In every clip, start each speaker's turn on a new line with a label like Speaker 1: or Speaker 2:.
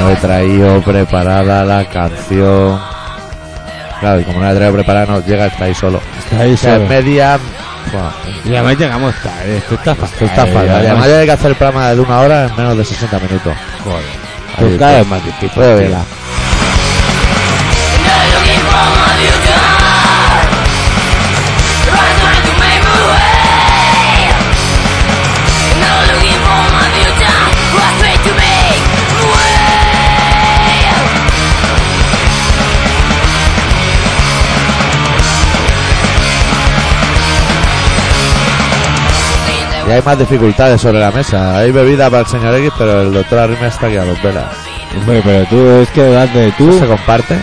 Speaker 1: no he traído preparada la canción. Claro, y como no la he traído preparada, no llega, está ahí solo.
Speaker 2: Está ahí
Speaker 1: O sea,
Speaker 2: solo.
Speaker 1: media. Buah,
Speaker 2: Y además llegamos tarde. Esto está fatal.
Speaker 1: esto está
Speaker 2: eh,
Speaker 1: fatal. Y Además,
Speaker 2: además-
Speaker 1: hay que hacer el programa de una hora en menos de 60 minutos.
Speaker 2: Pues
Speaker 1: Ahí está.
Speaker 2: cada vez más difícil.
Speaker 1: Pruébela. Y hay más dificultades sobre la mesa. Hay bebida para el señor X, pero el doctor Arrima está que a los velas.
Speaker 2: Hombre, pero tú es que das de tú.
Speaker 1: ¿No se comparte?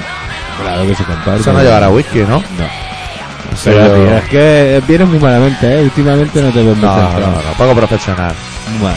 Speaker 2: Claro que se comparte.
Speaker 1: Eso no llevará whisky, ¿no?
Speaker 2: No.
Speaker 1: Pero-
Speaker 2: Pero tío, es que vienes muy malamente, ¿eh? Últimamente no te veo muy
Speaker 1: No, no,
Speaker 2: centrado.
Speaker 1: no, poco profesional.
Speaker 2: Muy mal.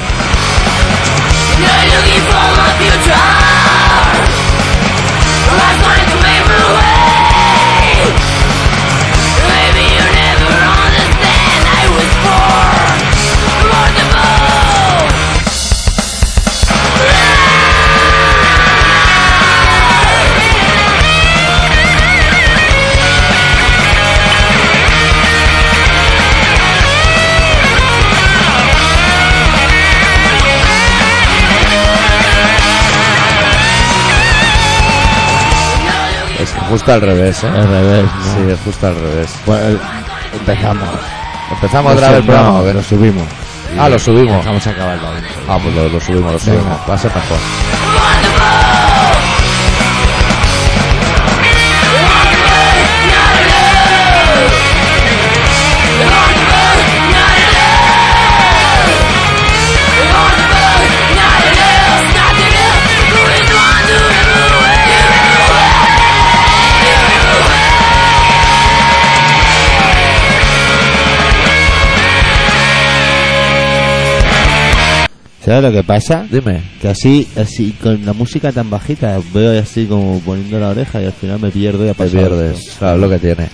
Speaker 1: Es justo al revés, ¿eh?
Speaker 2: Al revés, ¿no?
Speaker 1: Sí, es justo al revés.
Speaker 2: Bueno, empezamos.
Speaker 1: Pues Empezamos otra vez el programa, a ver.
Speaker 2: Lo subimos.
Speaker 1: Ah, lo subimos.
Speaker 2: Vamos a acabar la intro.
Speaker 1: Ah, pues lo, lo subimos, lo subimos.
Speaker 2: Venga.
Speaker 1: Va a ser mejor.
Speaker 3: ¿Sabes lo que pasa?
Speaker 1: Dime.
Speaker 3: Que así, así, con la música tan bajita, veo así como poniendo la oreja y al final me pierdo y ha
Speaker 1: Te
Speaker 3: pasado esto.
Speaker 1: pierdes. Claro, es lo que tiene.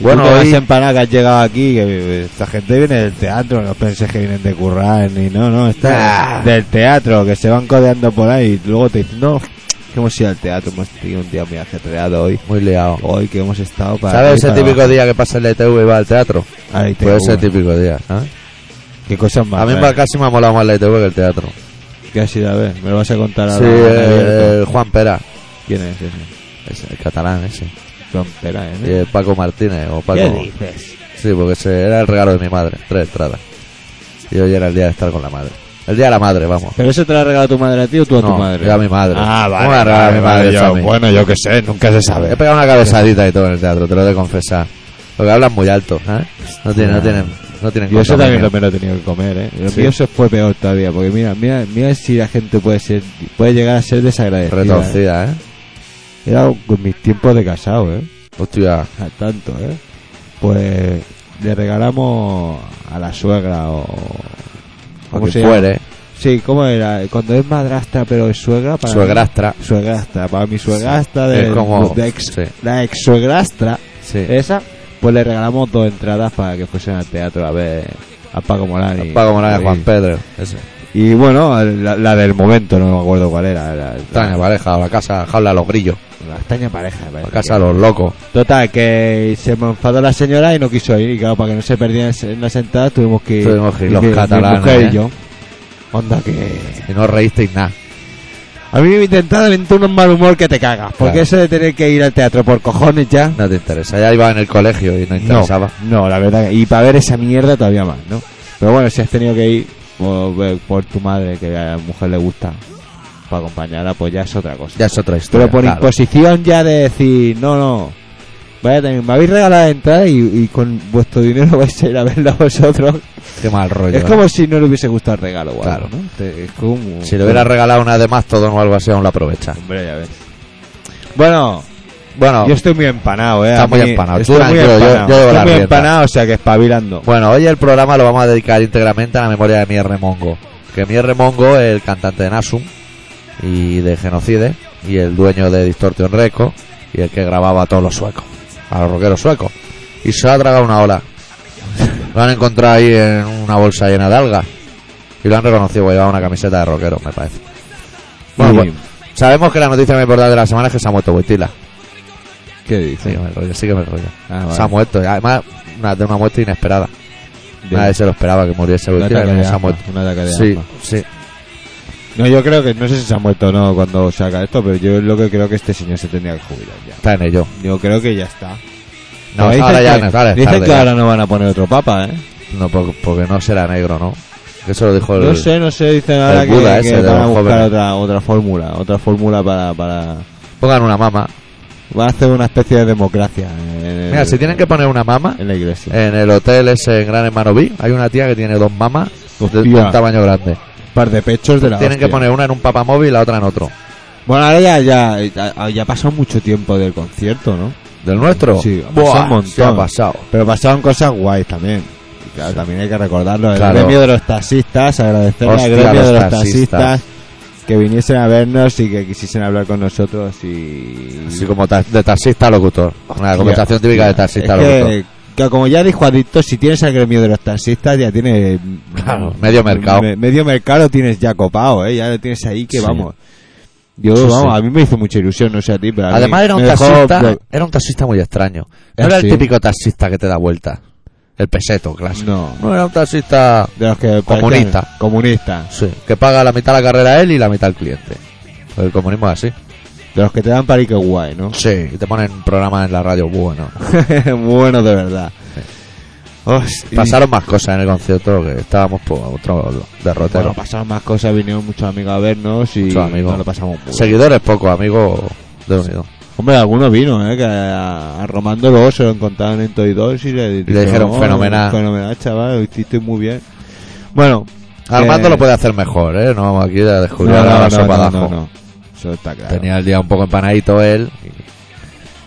Speaker 2: Bueno,
Speaker 1: Bueno, hoy-
Speaker 2: vas en pana que has llegado aquí, que eh, esta gente viene del teatro, no penses que vienen de currar ni no, no, está
Speaker 1: Nah.
Speaker 2: del teatro, que se van codeando por ahí y luego te dicen, no, que hemos ido al teatro, hemos tenido un día muy ajetreado hoy,
Speaker 1: muy liado.
Speaker 2: hoy que hemos estado para...
Speaker 1: ¿Sabes
Speaker 2: aquí,
Speaker 1: ese
Speaker 2: para
Speaker 1: típico día que pasa en la ITV y va al teatro?
Speaker 2: abajo". Ahí te
Speaker 1: Pues ese
Speaker 2: digo,
Speaker 1: típico día, ¿sabes?
Speaker 2: Qué cosas más.
Speaker 1: A mí
Speaker 2: raras.
Speaker 1: casi me ha molado más la ITV que el teatro.
Speaker 2: ¿Qué has ido a ver? ¿Me lo vas a contar
Speaker 1: Sí,
Speaker 2: ahora?
Speaker 1: eh, Juan Pera.
Speaker 2: ¿Quién es ese?
Speaker 1: Ese, el catalán ese.
Speaker 2: Trompera,
Speaker 1: Y
Speaker 2: ¿eh?
Speaker 1: el Paco Martínez o Paco...
Speaker 2: ¿Qué dices?
Speaker 1: Sí, porque ese era el regalo de mi madre, tres entradas. Y hoy era el día de estar con la madre. El día de la madre, vamos.
Speaker 2: ¿Pero eso te lo ha regalado tu madre a ti o tú a
Speaker 1: no,
Speaker 2: tu madre?
Speaker 1: yo a mi madre.
Speaker 2: Ah, vale.
Speaker 1: ¿Cómo la regala
Speaker 2: vale,
Speaker 1: mi
Speaker 2: vale,
Speaker 1: madre
Speaker 2: yo-
Speaker 1: eso a mí?
Speaker 2: bueno, yo qué sé, nunca se
Speaker 1: He
Speaker 2: sabe.
Speaker 1: pegado una cabezadita y todo en el teatro, te lo he de confesar. Porque hablan muy alto, ¿sabes? No tienen, no tienen, no tienen
Speaker 2: Yo eso también lo-
Speaker 1: condominio.
Speaker 2: me lo he tenido que comer, ¿eh? Lo
Speaker 1: Sí.
Speaker 2: mío se fue peor todavía, porque mira, mira, mira si la gente puede ser, puede llegar a ser desagradecida. ¿eh?
Speaker 1: Retorcida, ¿eh?
Speaker 2: Era con mis tiempos de casado, ¿eh?
Speaker 1: Hostia.
Speaker 2: A tanto, ¿eh? Pues le regalamos a la suegra o...
Speaker 1: ¿Cómo
Speaker 2: se
Speaker 1: se
Speaker 2: llama?
Speaker 1: fuere, ¿eh?
Speaker 2: Sí, ¿cómo era? Cuando es madrastra pero es suegra para...
Speaker 1: suegrastra.
Speaker 2: Suegrastra, para mi suegrastra de,
Speaker 1: Es como-
Speaker 2: de ex,
Speaker 1: sí.
Speaker 2: la ex suegrastra
Speaker 1: Sí.
Speaker 2: esa, pues le regalamos dos entradas para que fuesen al teatro a ver a Paco Morán y
Speaker 1: Paco Morales,
Speaker 2: y-
Speaker 1: Juan Pedro. Ese.
Speaker 2: Y bueno, la, la del momento, no me acuerdo cuál era. La, la-
Speaker 1: Extraña pareja, o la casa, jaula a los grillos,
Speaker 2: la extraña pareja, me
Speaker 1: la
Speaker 2: parece
Speaker 1: casa
Speaker 2: que
Speaker 1: a los locos.
Speaker 2: era. Total, que se me enfadó la señora y no quiso ir. Y claro, para que no se perdiera en la sentada, tuvimos que ir.
Speaker 1: Tuvimos que ir los
Speaker 2: mi- mi
Speaker 1: catalanes,
Speaker 2: mujer
Speaker 1: ¿eh?
Speaker 2: y yo. Onda que.
Speaker 1: Y no reísteis nada.
Speaker 2: A mí me intentaron entrar un mal humor que te cagas. Porque
Speaker 1: Claro.
Speaker 2: eso de tener que ir al teatro por cojones ya.
Speaker 1: No te interesa. Ya iba en el colegio y no interesaba.
Speaker 2: No, no, la verdad. que- Y para ver esa mierda todavía más, ¿no? Pero bueno, si has tenido que ir por, por tu madre, que a la mujer le gusta, para acompañarla, pues ya es otra cosa.
Speaker 1: Ya es otra historia.
Speaker 2: Pero por
Speaker 1: claro.
Speaker 2: imposición ya de decir, no, no. Vaya, también, me habéis regalado la entrada y, y con vuestro dinero vais a ir a verla vosotros.
Speaker 1: Qué mal rollo.
Speaker 2: es
Speaker 1: ¿eh?
Speaker 2: como si no le hubiese gustado el regalo, o
Speaker 1: Claro.
Speaker 2: algo, ¿no? Te- es como...
Speaker 1: Si le hubiera regalado una de Mastodon o algo así, aún la aprovecha.
Speaker 2: Hombre, ya ves. Bueno,
Speaker 1: Bueno,
Speaker 2: yo estoy muy empanado, ¿eh?
Speaker 1: Está
Speaker 2: A
Speaker 1: muy
Speaker 2: mí-
Speaker 1: empanado. Tú
Speaker 2: Estoy muy
Speaker 1: tranquilo, yo- yo
Speaker 2: empanado.
Speaker 1: llevo
Speaker 2: Estoy
Speaker 1: las
Speaker 2: muy
Speaker 1: riendas.
Speaker 2: empanado, o sea que espabilando.
Speaker 1: bueno, hoy el programa lo vamos a dedicar íntegramente a la memoria de Mier Remongo. Que Mier Remongo es el cantante de Nasum y de Genocide y el dueño de Distortion Records y el que grababa a todos los suecos, a los rockeros suecos. Y se ha tragado una ola. Lo han encontrado ahí en una bolsa llena de algas y lo han reconocido, porque llevaba una camiseta de rockero, me parece. Bueno,
Speaker 2: Y-
Speaker 1: pues, Sabemos que la noticia más importante de la semana es que se ha muerto Boitila.
Speaker 2: ¿Qué
Speaker 1: Sí,
Speaker 2: dices?
Speaker 1: me rollo, sí que me rollo.
Speaker 2: Ah, vale.
Speaker 1: Se ha muerto. y Además, una, de una muerte inesperada.
Speaker 2: De-
Speaker 1: Nadie se lo esperaba que muriese
Speaker 2: un
Speaker 1: Boitila.
Speaker 2: ataque de
Speaker 1: Se ha
Speaker 2: asma,
Speaker 1: muerto.
Speaker 2: un ataque de
Speaker 1: Sí,
Speaker 2: asma.
Speaker 1: sí.
Speaker 2: No, yo creo que, no sé si se ha muerto o no cuando se haga esto, pero yo lo que creo que este señor se tendría que jubilar ya.
Speaker 1: Está en ello.
Speaker 2: Yo creo que ya está.
Speaker 1: No,
Speaker 2: Pero
Speaker 1: ahora
Speaker 2: dicen
Speaker 1: ya
Speaker 2: que,
Speaker 1: no, ahora es
Speaker 2: Dicen
Speaker 1: tarde
Speaker 2: que
Speaker 1: ya.
Speaker 2: ahora no van a poner otro papa, ¿eh?
Speaker 1: No, por- porque no será negro, ¿no? Que Eso lo dijo el...
Speaker 2: No sé, no sé, dicen ahora que,
Speaker 1: Buda
Speaker 2: que
Speaker 1: ese de
Speaker 2: van a
Speaker 1: los
Speaker 2: buscar
Speaker 1: jóvenes.
Speaker 2: otra, otra fórmula, otra fórmula para, para...
Speaker 1: Pongan una mama.
Speaker 2: Van a hacer una especie de democracia en, en-
Speaker 1: Mira, si Eh, tienen que poner una mama,
Speaker 2: en la iglesia.
Speaker 1: en el hotel ese en Gran Hermano B, hay una tía que tiene dos mamas de, de un
Speaker 2: Hostia,
Speaker 1: tamaño grande.
Speaker 2: un par de pechos de la
Speaker 1: Tienen que
Speaker 2: hostia.
Speaker 1: poner una en un papamóvil y la otra en otro.
Speaker 2: Bueno, ahora ya, ya, ya ha pasado mucho tiempo del concierto, ¿no?
Speaker 1: ¿Del nuestro?
Speaker 2: Sí, ha pasado
Speaker 1: Buah,
Speaker 2: un montón.
Speaker 1: se ha pasado.
Speaker 2: Pero pasaron cosas guays también. Claro, también hay que recordarlo. El
Speaker 1: Claro.
Speaker 2: gremio de los taxistas, agradecerle
Speaker 1: Hostia,
Speaker 2: al gremio
Speaker 1: los
Speaker 2: de los
Speaker 1: taxistas.
Speaker 2: taxistas. que viniesen a vernos y que quisiesen hablar con nosotros y...
Speaker 1: Así como ta- de taxista a locutor. Una conversación típica de taxista a
Speaker 2: Es
Speaker 1: locutor.
Speaker 2: que, que como ya dijo Adicto, si tienes al gremio de los taxistas ya tienes...
Speaker 1: Claro, medio mercado.
Speaker 2: me- medio mercado tienes ya copado, ¿eh? Ya lo tienes ahí que
Speaker 1: Sí.
Speaker 2: vamos. Yo,
Speaker 1: Sí,
Speaker 2: vamos,
Speaker 1: sí.
Speaker 2: a mí me hizo mucha ilusión, no sé a ti, pero a mí
Speaker 1: Además era un
Speaker 2: me dejó
Speaker 1: taxista,
Speaker 2: blo-
Speaker 1: era un taxista muy extraño. No
Speaker 2: Ah,
Speaker 1: era el
Speaker 2: sí.
Speaker 1: típico taxista que te da vuelta. El peseto, clásico.
Speaker 2: No,
Speaker 1: No, era un taxista
Speaker 2: de los que...
Speaker 1: Comunista.
Speaker 2: parecían- Comunista.
Speaker 1: sí, que paga la mitad la carrera él y la mitad el cliente. El comunismo es así.
Speaker 2: De los que te dan para que guay, ¿no?
Speaker 1: Sí, y te ponen un programa en la radio bueno.
Speaker 2: bueno, de verdad. Hostia.
Speaker 1: Pasaron más cosas en el concierto que estábamos por otro derrotero.
Speaker 2: Bueno, pasaron más cosas, vinieron muchos amigos a vernos y
Speaker 1: Muchos amigos.
Speaker 2: nos lo pasamos muy bien.
Speaker 1: Seguidores pocos, amigos de unido.
Speaker 2: Hombre, alguno vino, ¿eh? Que a, a Romando luego se lo encontraron en Toy 2 y le, "Oh,
Speaker 1: dijeron, fenomenal".
Speaker 2: Fenomenal, chaval, lo hiciste muy bien. Bueno,
Speaker 1: Armando
Speaker 2: Eh,
Speaker 1: lo puede hacer mejor, ¿eh? No vamos aquí a descubrir
Speaker 2: no,
Speaker 1: la
Speaker 2: no,
Speaker 1: sopa de
Speaker 2: no, no,
Speaker 1: ajo.
Speaker 2: no, no. Eso está claro.
Speaker 1: Tenía el día un poco empanadito él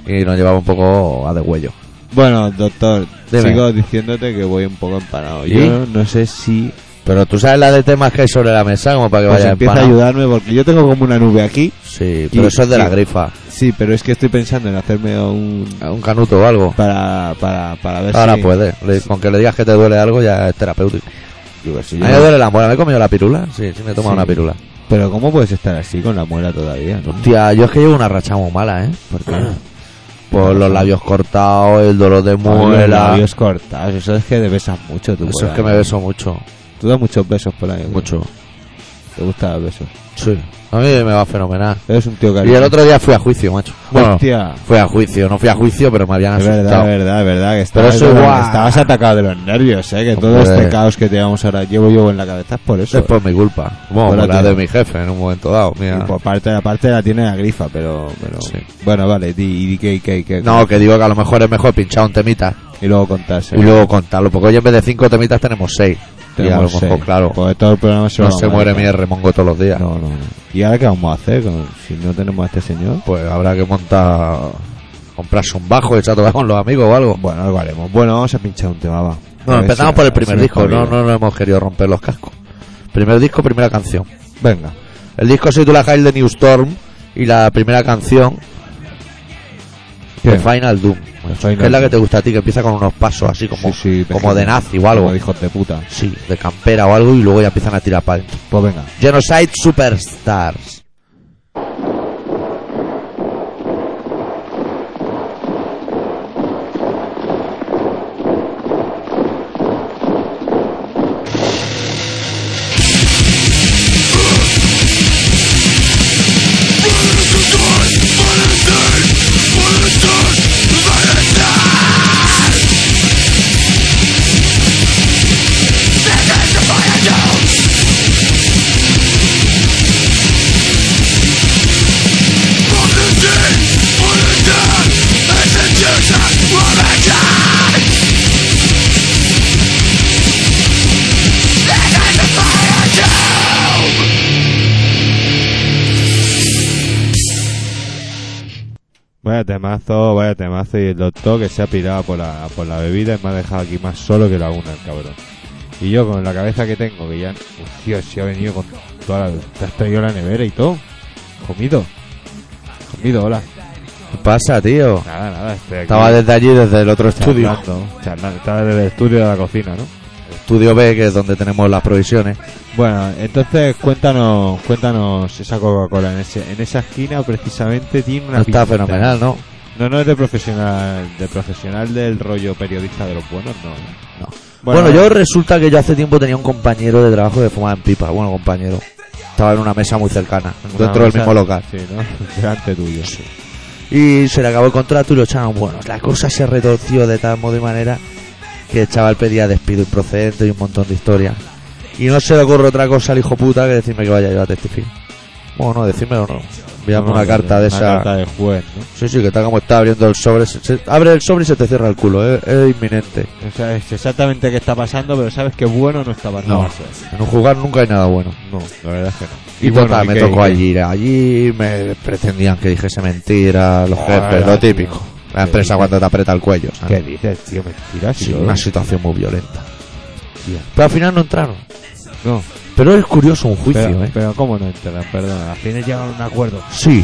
Speaker 1: y, y nos llevaba un poco a degüello.
Speaker 2: Bueno, doctor,
Speaker 1: Dime.
Speaker 2: sigo diciéndote que voy un poco empanado.
Speaker 1: ¿Y?
Speaker 2: Yo no sé si
Speaker 1: Pero tú sabes la de temas que hay sobre la mesa como para que
Speaker 2: pues
Speaker 1: vaya
Speaker 2: empieza a
Speaker 1: empanado.
Speaker 2: ayudarme porque yo tengo como una nube aquí.
Speaker 1: Sí, pero
Speaker 2: Y-
Speaker 1: eso es de la
Speaker 2: y-
Speaker 1: grifa.
Speaker 2: Sí, pero es que estoy pensando en hacerme un...
Speaker 1: Un canuto o algo.
Speaker 2: para, para, para ver
Speaker 1: Ahora pues.
Speaker 2: si...
Speaker 1: puede. Le- Con que le digas que te duele algo ya es terapéutico.
Speaker 2: Yo qué sé,
Speaker 1: A mí
Speaker 2: yo-
Speaker 1: me duele la muela. ¿Me he comido la pirula? Sí, sí me he tomado
Speaker 2: Sí.
Speaker 1: una pirula.
Speaker 2: Pero ¿cómo puedes estar así con la muela todavía? no?
Speaker 1: Hostia, yo es que llevo una racha muy mala, ¿eh?
Speaker 2: ¿Por qué?
Speaker 1: Por los labios cortados, el dolor de
Speaker 2: Con los
Speaker 1: muela.
Speaker 2: labios cortados, eso es que te besas mucho tú. por
Speaker 1: Eso es
Speaker 2: ahí.
Speaker 1: que me beso mucho.
Speaker 2: Tú das muchos besos por ahí. ¿no?
Speaker 1: Mucho.
Speaker 2: Te gustan los besos.
Speaker 1: Sí. A mí me va fenomenal.
Speaker 2: Eres un tío
Speaker 1: Y
Speaker 2: cariñoso.
Speaker 1: el otro día fui a juicio, macho. Bueno,
Speaker 2: Hostia.
Speaker 1: fui a juicio, no fui a juicio, pero me habían
Speaker 2: Es
Speaker 1: asustado.
Speaker 2: verdad, es verdad, es verdad. Que estabas,
Speaker 1: eso
Speaker 2: de-
Speaker 1: igual.
Speaker 2: estabas atacado de los nervios, ¿eh? Que todo
Speaker 1: Hombre.
Speaker 2: este caos que llevamos ahora, llevo yo en la cabeza es por eso.
Speaker 1: Eso es por mi culpa. Bueno,
Speaker 2: Bueno,
Speaker 1: por la
Speaker 2: tío.
Speaker 1: de mi jefe en un momento dado.
Speaker 2: Y
Speaker 1: mira.
Speaker 2: por parte de la parte la tiene la grifa, pero... pero...
Speaker 1: Sí.
Speaker 2: Bueno, vale, di, y di qué, qué, qué.
Speaker 1: No, que digo que a lo mejor es mejor pinchar un temita
Speaker 2: Y luego contarse.
Speaker 1: y luego contarlo, porque hoy en vez de cinco temitas tenemos seis. y a lo
Speaker 2: Tenemos
Speaker 1: mejor,
Speaker 2: seis.
Speaker 1: claro,
Speaker 2: eh, Porque todo el programa se lo
Speaker 1: no
Speaker 2: vamos
Speaker 1: se
Speaker 2: a
Speaker 1: muere
Speaker 2: dedicar.
Speaker 1: mi remongo todos los días.
Speaker 2: No, no, no. ¿Y ahora qué vamos a hacer con- si no tenemos a este señor?
Speaker 1: Pues habrá que montar, comprarse un bajo y echar a tocar con los amigos o algo.
Speaker 2: Bueno, algo haremos. Bueno, vamos a pinchar un tema, va. A
Speaker 1: No,
Speaker 2: ver
Speaker 1: empezamos
Speaker 2: si-
Speaker 1: por el
Speaker 2: a ver si
Speaker 1: primer
Speaker 2: nos
Speaker 1: disco, no,
Speaker 2: conviene.
Speaker 1: no, no hemos querido romper los cascos. Primer disco, primera canción.
Speaker 2: Venga.
Speaker 1: El disco se titula Hail the New Storm y la primera canción The Final Doom.
Speaker 2: The Final
Speaker 1: que es la que
Speaker 2: Doom.
Speaker 1: te gusta a ti, que empieza con unos pasos así como,
Speaker 2: Sí, sí,
Speaker 1: como de nazi o algo.
Speaker 2: Como hijos de puta.
Speaker 1: Sí, de campera o algo y luego ya empiezan a tirar para dentro.
Speaker 2: Pues venga.
Speaker 1: Genocide Superstars.
Speaker 2: Vaya temazo, vaya temazo. Y el doctor que se ha pirado por la, por la bebida y me ha dejado aquí más solo que la una, el cabrón. Y yo con la cabeza que tengo, que ya. Hostia, si ha venido con toda la. Te has traído la nevera y todo. Comido. Comido, hola.
Speaker 1: ¿Qué pasa, tío?
Speaker 2: Nada, nada, estoy aquí.
Speaker 1: Estaba desde allí, desde el otro estudio.
Speaker 2: Charlando, charlando. Estaba desde el estudio de la cocina, ¿no?
Speaker 1: estudio B, que es donde tenemos las provisiones.
Speaker 2: Bueno, entonces cuéntanos, cuéntanos esa Coca-Cola en, ese- en esa esquina precisamente tiene una
Speaker 1: No está
Speaker 2: pinta.
Speaker 1: fenomenal, ¿no?
Speaker 2: No, no es de profesional, de profesional del rollo periodista de los buenos, no.
Speaker 1: No. Bueno, yo resulta que yo hace tiempo tenía un compañero de trabajo que fumaba en pipa. Bueno, compañero. Estaba en una mesa muy cercana,
Speaker 2: una
Speaker 1: dentro del
Speaker 2: mesa-
Speaker 1: mismo local.
Speaker 2: Sí, ¿no? Delante tuyo.
Speaker 1: Y se le acabó el contrato y lo echaron. Bueno, la cosa se retorció de tal modo y manera que el chaval pedía despido improcedente y un montón de historias. Y no se le ocurre otra cosa al hijo puta que decirme que vaya yo a testificar. Bueno, no, decírmelo no. Enviarme
Speaker 2: No,
Speaker 1: una
Speaker 2: no,
Speaker 1: carta de
Speaker 2: una
Speaker 1: esa.
Speaker 2: carta de juez, ¿no?
Speaker 1: Sí, sí, que está como está abriendo el sobre. Se, se- abre el sobre y se te cierra el culo, eh, es inminente.
Speaker 2: O sea, es exactamente qué está pasando, pero sabes que bueno no está pasando.
Speaker 1: No. En un jugar nunca hay nada bueno.
Speaker 2: No, la verdad es que no.
Speaker 1: Y,
Speaker 2: bueno,
Speaker 1: total, me
Speaker 2: qué-
Speaker 1: tocó
Speaker 2: qué-
Speaker 1: allí. ir. Allí me pretendían que dijese mentira, los
Speaker 2: Joder,
Speaker 1: jefes, lo típico. La
Speaker 2: Qué
Speaker 1: empresa
Speaker 2: bien.
Speaker 1: cuando te aprieta el cuello. ¿sabes?
Speaker 2: ¿Qué dices, tío? Mentiras,
Speaker 1: Sí, una situación muy violenta.
Speaker 2: Tía.
Speaker 1: Pero al final no entraron.
Speaker 2: No,
Speaker 1: Pero es curioso un juicio,
Speaker 2: pero,
Speaker 1: ¿eh?
Speaker 2: pero ¿cómo no entran? Perdón, al final llegan a un acuerdo.
Speaker 1: Sí,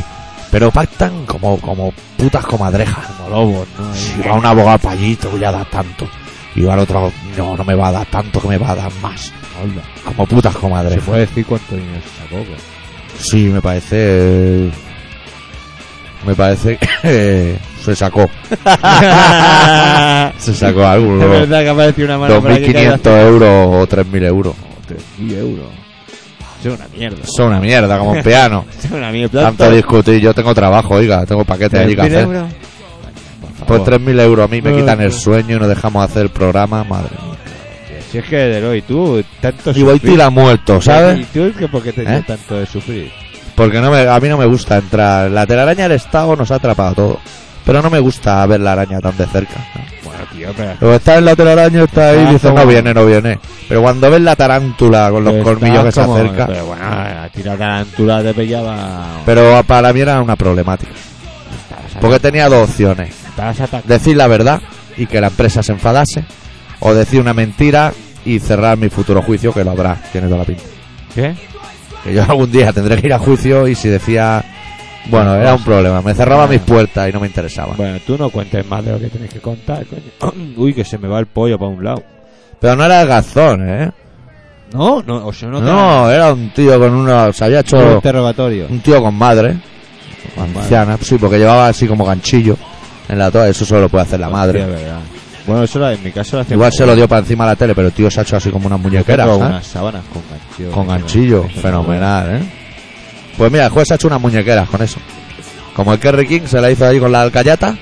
Speaker 1: pero pactan como, como putas comadrejas.
Speaker 2: Como lobos, ¿no? Ahí.
Speaker 1: Si va un abogado para allí, te voy a dar tanto. Y va el otro, no, no me va a dar tanto, que me va a dar más.
Speaker 2: Hola.
Speaker 1: Como putas
Speaker 2: Se
Speaker 1: comadrejas.
Speaker 2: puede decir cuánto dinero se sacó, pues?
Speaker 1: Sí, me parece. eh, Me parece que eh, se sacó. se sacó algo.
Speaker 2: Es verdad que apareció una mano por aquí que
Speaker 1: 2.500 euros o 3.000 euros.
Speaker 2: hace 3.000 euros. Eso es una mierda.
Speaker 1: Eso es una mierda, como un piano.
Speaker 2: Eso es una mierda.
Speaker 1: Tanto discutir. Yo tengo trabajo, oiga, tengo paquetes allí que ¿eh?
Speaker 2: 3.000
Speaker 1: hacer.
Speaker 2: euros.
Speaker 1: Por 3.000 euros a mí me
Speaker 2: No,
Speaker 1: quitan el
Speaker 2: no.
Speaker 1: sueño y no dejamos hacer el programa, madre mía.
Speaker 2: Si es que Deloy, tú, tanto
Speaker 1: Y voy tira muerto,
Speaker 2: ¿Y
Speaker 1: ¿sabes?
Speaker 2: tú que por qué te dio
Speaker 1: ¿Eh?
Speaker 2: tanto de sufrir?
Speaker 1: Porque no me, a mí no me gusta entrar. La telaraña del Estado nos ha atrapado todo. Pero no me gusta ver la araña tan de cerca.
Speaker 2: Bueno, tío, pero...
Speaker 1: Luego está en la telaraña, está ahí y
Speaker 2: Ah,
Speaker 1: dice,
Speaker 2: como-
Speaker 1: no viene, no viene. Pero cuando ves la tarántula con los
Speaker 2: pero
Speaker 1: colmillos que se
Speaker 2: estás como-
Speaker 1: acerca,
Speaker 2: Pero bueno, a ti la tarántula te pillaba...
Speaker 1: pero para mí era una problemática.
Speaker 2: Estabas ata-
Speaker 1: Porque tenía dos opciones.
Speaker 2: estabas atacando.
Speaker 1: Decir la verdad y que la empresa se enfadase. O decir una mentira y cerrar mi futuro juicio, que lo habrá, tiene toda la pinta.
Speaker 2: ¿Qué?
Speaker 1: Que yo algún día tendré que ir a juicio y si decía... Bueno, era un problema. Me cerraba mis puertas y no me interesaba.
Speaker 2: Bueno, tú no cuentes más de lo que tienes que contar, coño. Uy, que se me va el pollo para un lado.
Speaker 1: Pero no era el garzón, ¿eh?
Speaker 2: No, no, o sea, no... Mm,
Speaker 1: No,
Speaker 2: te-
Speaker 1: era un tío con una... Se había
Speaker 2: Un
Speaker 1: hecho...
Speaker 2: interrogatorio.
Speaker 1: Un tío con madre. Anciana, sí, porque llevaba así como ganchillo en la toalla. Eso solo lo puede hacer la
Speaker 2: Hostia,
Speaker 1: madre.
Speaker 2: verdad. Bueno, eso la- en mi caso lo hacía
Speaker 1: Igual
Speaker 2: mi
Speaker 1: se lo
Speaker 2: abuela.
Speaker 1: dio para encima de la tele, pero el tío se ha hecho así como una muñequera.
Speaker 2: Yo tengo
Speaker 1: ¿sabes?
Speaker 2: unas sábanas con ganchillo.
Speaker 1: ¿eh? Con ganchillo, fenomenal, ¿eh? Pues mira, el juez se ha hecho unas muñequeras con eso. Como el Kerry King se la hizo ahí con la alcayata,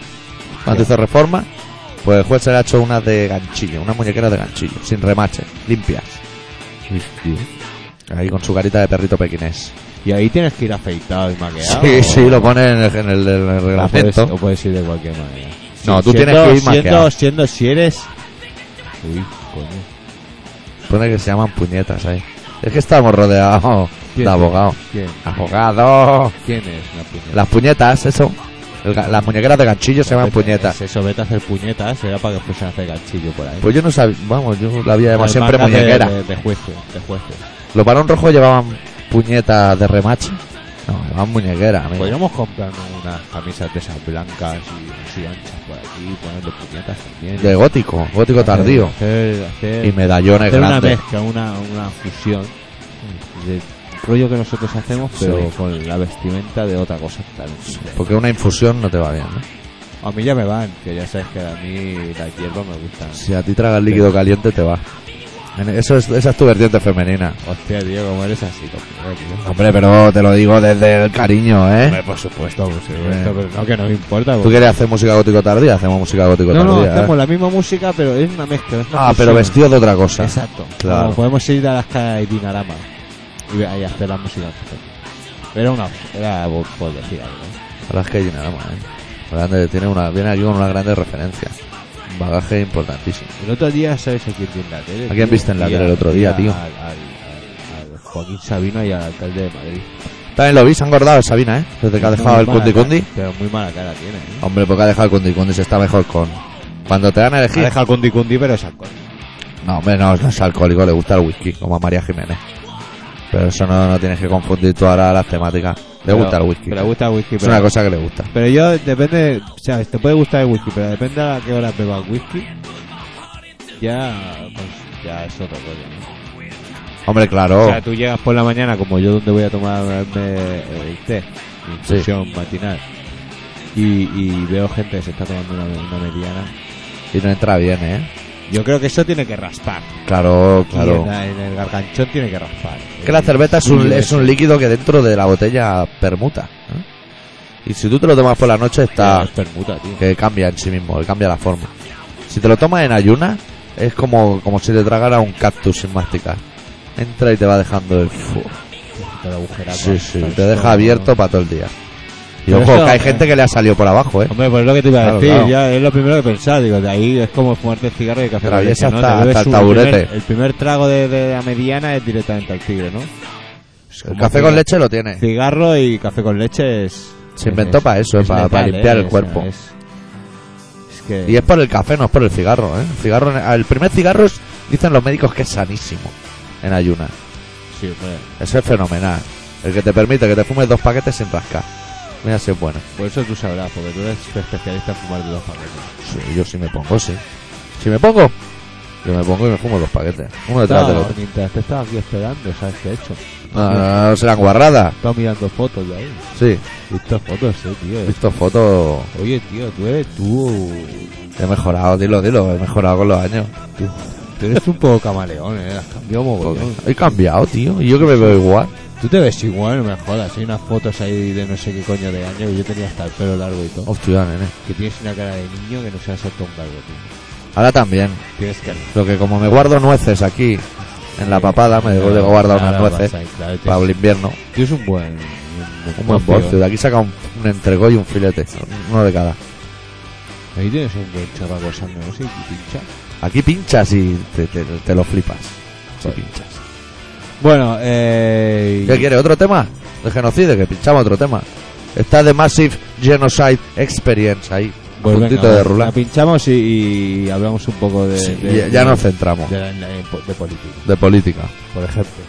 Speaker 1: cuando hizo reforma, pues el juez se le ha hecho unas de ganchillo, unas muñequeras de ganchillo, sin remache, limpias. Ahí con su carita de perrito pequinés.
Speaker 2: Y ahí tienes que ir afeitado y maquillado.
Speaker 1: Sí,
Speaker 2: o-
Speaker 1: sí, lo pone en el, en el- en el
Speaker 2: o puedes,
Speaker 1: reglamento.
Speaker 2: o puedes ir de cualquier manera.
Speaker 1: No, tú tienes
Speaker 2: Siendo-
Speaker 1: que ir maqueado.
Speaker 2: siendo, siendo si eres. Uy, coño.
Speaker 1: Pone que se llaman puñetas ahí. Es que estamos rodeados de
Speaker 2: ¿Quién?
Speaker 1: abogados.
Speaker 2: ¿Quién?
Speaker 1: Abogados.
Speaker 2: ¿Quién es la puñeta?
Speaker 1: Las puñetas, eso. El ga- las muñequeras de ganchillo se llaman puñetas.
Speaker 2: Eso, vete a hacer puñetas. Era para que fuesen a hacer ganchillo por ahí.
Speaker 1: Pues yo no sabía, vamos, yo la había llamado
Speaker 2: Las
Speaker 1: siempre
Speaker 2: mangas de-
Speaker 1: muñequera.
Speaker 2: De, de jueces, de jueces.
Speaker 1: Los varón rojos llevaban puñetas de remache. No, llevaban muñequeras, amigo.
Speaker 2: Podríamos comprarnos unas camisas de esas blancas y así anchas por aquí, ponerle puñetas también.
Speaker 1: De gótico, gótico tardío.
Speaker 2: Hacer, hacer,
Speaker 1: Y medallones
Speaker 2: hacer una
Speaker 1: grandes.
Speaker 2: mezcla, una, una fusión de rollo que nosotros hacemos, pero
Speaker 1: Sí.
Speaker 2: con la vestimenta de otra cosa. tal.
Speaker 1: Porque una infusión no te va bien, ¿no?
Speaker 2: A mí ya me van, que ya sabes que a mí las hierbas me gustan.
Speaker 1: Si a ti tragas líquido caliente, te va. En- Eso es, esa es tu vertiente femenina.
Speaker 2: Hostia, tío, como eres así, compañero, tío.
Speaker 1: Hombre, pero te lo digo desde el cariño, ¿eh?
Speaker 2: Hombre, por supuesto, por supuesto, pero no que no me importa.
Speaker 1: ¿Tú
Speaker 2: porque-
Speaker 1: quieres hacer música gótico tardía? Hacemos música gótico
Speaker 2: No, no,
Speaker 1: tardía. ¿eh?
Speaker 2: hacemos la misma música, pero es una mezcla. es una
Speaker 1: Ah, pero
Speaker 2: fusión.
Speaker 1: vestido de otra cosa.
Speaker 2: Exacto.
Speaker 1: Claro.
Speaker 2: Como podemos ir a las Kaitinarama y, y hacer la música. Era una. Era por, por decir algo. ¿eh?
Speaker 1: Ahora es que hay nada más, ¿eh? Grande, tiene una, viene aquí con una grande referencia. Un bagaje importantísimo.
Speaker 2: El otro día, ¿sabes a quién vi en la tele?
Speaker 1: ¿A quién
Speaker 2: tío?
Speaker 1: viste en la
Speaker 2: Y
Speaker 1: tele el
Speaker 2: al-
Speaker 1: otro día,
Speaker 2: y a-
Speaker 1: tío?
Speaker 2: Al, al- al- al Joaquín Sabino y al alcalde de Madrid.
Speaker 1: También lo vi, se ha engordado el Sabina, ¿eh? Desde que ha dejado
Speaker 2: Muy
Speaker 1: el
Speaker 2: mala
Speaker 1: Cundi
Speaker 2: cara,
Speaker 1: Cundi.
Speaker 2: Pero muy mala cara tiene. ¿eh?
Speaker 1: Hombre, porque ha dejado el Cundi Cundi, se está mejor con... Cuando te dan a
Speaker 2: Ha
Speaker 1: elegir...
Speaker 2: dejado el Cundi Cundi, pero es alcohol.
Speaker 1: No, hombre, no, no es alcohólico, le gusta el whisky, como a María Jiménez. Pero eso no, no tienes que confundir tú ahora las temáticas. Le
Speaker 2: Pero-
Speaker 1: gusta el whisky.
Speaker 2: Pero le gusta el whisky.
Speaker 1: Es
Speaker 2: Pero,
Speaker 1: una cosa que le gusta.
Speaker 2: pero yo, depende. O sea, te puede gustar el whisky, pero depende a qué hora bebas whisky. Ya. pues, ya es otro rollo. ¿no?
Speaker 1: Hombre, claro.
Speaker 2: O sea, tú llegas por la mañana, como yo, donde voy a tomarme eh, el té, mi infusión matinal, y, y veo gente que se está tomando una, una meridiana.
Speaker 1: Y no entra bien, ¿eh?
Speaker 2: Yo creo que eso tiene que raspar.
Speaker 1: Claro,
Speaker 2: Aquí
Speaker 1: claro.
Speaker 2: En, la- en el garganchón tiene que raspar.
Speaker 1: Que la cerveza es un,
Speaker 2: Sí,
Speaker 1: es un líquido que dentro de la botella permuta. ¿eh? Y si tú te lo tomas por la noche, está
Speaker 2: es permuta, tío.
Speaker 1: que cambia en sí mismo, que cambia la forma. Si te lo tomas en ayuna, es como, como si te tragara un cactus sin masticar. Entra y te va dejando el... fu-
Speaker 2: Te lo agujeras,
Speaker 1: Sí,
Speaker 2: pues, ¿no?
Speaker 1: sí,
Speaker 2: Pero
Speaker 1: te
Speaker 2: eso-
Speaker 1: deja abierto para todo el día. Y
Speaker 2: Pero
Speaker 1: ojo,
Speaker 2: esto-
Speaker 1: que hay gente que le ha salido por abajo, ¿eh?
Speaker 2: Hombre, pues es lo que te iba a
Speaker 1: Claro,
Speaker 2: decir,
Speaker 1: claro.
Speaker 2: ya es lo primero que pensaba, digo, de ahí es como fumarte el cigarro y el café. con
Speaker 1: Atraviesa
Speaker 2: leche, ¿no?
Speaker 1: hasta-
Speaker 2: Te bebes
Speaker 1: hasta el
Speaker 2: un-
Speaker 1: taburete.
Speaker 2: primer- El primer trago de, de la mediana es directamente al tigre, ¿no?
Speaker 1: El café con leche lo tiene.
Speaker 2: Cigarro y café con leche es... ¿eh?
Speaker 1: Se inventó para eso, para- para limpiar el
Speaker 2: o sea,
Speaker 1: cuerpo.
Speaker 2: es, es que...
Speaker 1: Y es por el café, no es por el cigarro, ¿eh? El, cigarro, el primer cigarro es- dicen los médicos que es sanísimo en ayuna.
Speaker 2: sí, hombre.
Speaker 1: Eso es fenomenal. El que te permite que te fumes dos paquetes sin rascar. Mira si es bueno.
Speaker 2: Por eso tú sabrás, porque tú eres especialista en fumar de dos paquetes.
Speaker 1: Sí, yo sí me pongo, sí. Si me pongo, yo me pongo y me fumo dos paquetes. Uno detrás del
Speaker 2: No,
Speaker 1: otro.
Speaker 2: mientras te estaba aquí esperando, ¿sabes qué he hecho?
Speaker 1: No, no, no, serán guarradas.
Speaker 2: Estaba mirando fotos de ahí.
Speaker 1: Sí,
Speaker 2: Visto fotos, sí, tío.
Speaker 1: he visto fotos.
Speaker 2: Oye, tío, tú eres tú...
Speaker 1: He mejorado, dilo, dilo. He mejorado con los años.
Speaker 2: Tú, tú eres un poco camaleón, eh. Has cambiado mogollón.
Speaker 1: He cambiado, tío. Y yo que me veo igual.
Speaker 2: Tú te ves igual, no me jodas. Hay unas fotos ahí de no sé qué coño de año que yo tenía hasta el pelo largo y todo.
Speaker 1: Hostia, nene.
Speaker 2: Que tienes una cara de niño que no se ha saltado un galgo, tío.
Speaker 1: Ahora también.
Speaker 2: Tienes que...
Speaker 1: Lo que como me guardo nueces aquí en la papada, me debo de guardar unas nueces para el invierno.
Speaker 2: Tienes un buen...
Speaker 1: Un buen
Speaker 2: buen
Speaker 1: bolso. De aquí saca un, un entrecó y un filete. Uno de cada.
Speaker 2: Ahí tienes un buen chorraco sangre, no sé, y pincha.
Speaker 1: Aquí pinchas y te, te- te lo flipas. Sí,
Speaker 2: Joder.
Speaker 1: pinchas.
Speaker 2: Bueno, eh...
Speaker 1: ¿Qué quiere? ¿Otro tema? De genocidio, que pinchamos otro tema. Está de Massive Genocide Experience ahí.
Speaker 2: Pues
Speaker 1: un
Speaker 2: venga,
Speaker 1: puntito de
Speaker 2: La
Speaker 1: rular.
Speaker 2: pinchamos y, y hablamos un poco de...
Speaker 1: Sí,
Speaker 2: de-
Speaker 1: ya, ya nos centramos.
Speaker 2: de la- de- de política,
Speaker 1: De política.
Speaker 2: por ejemplo.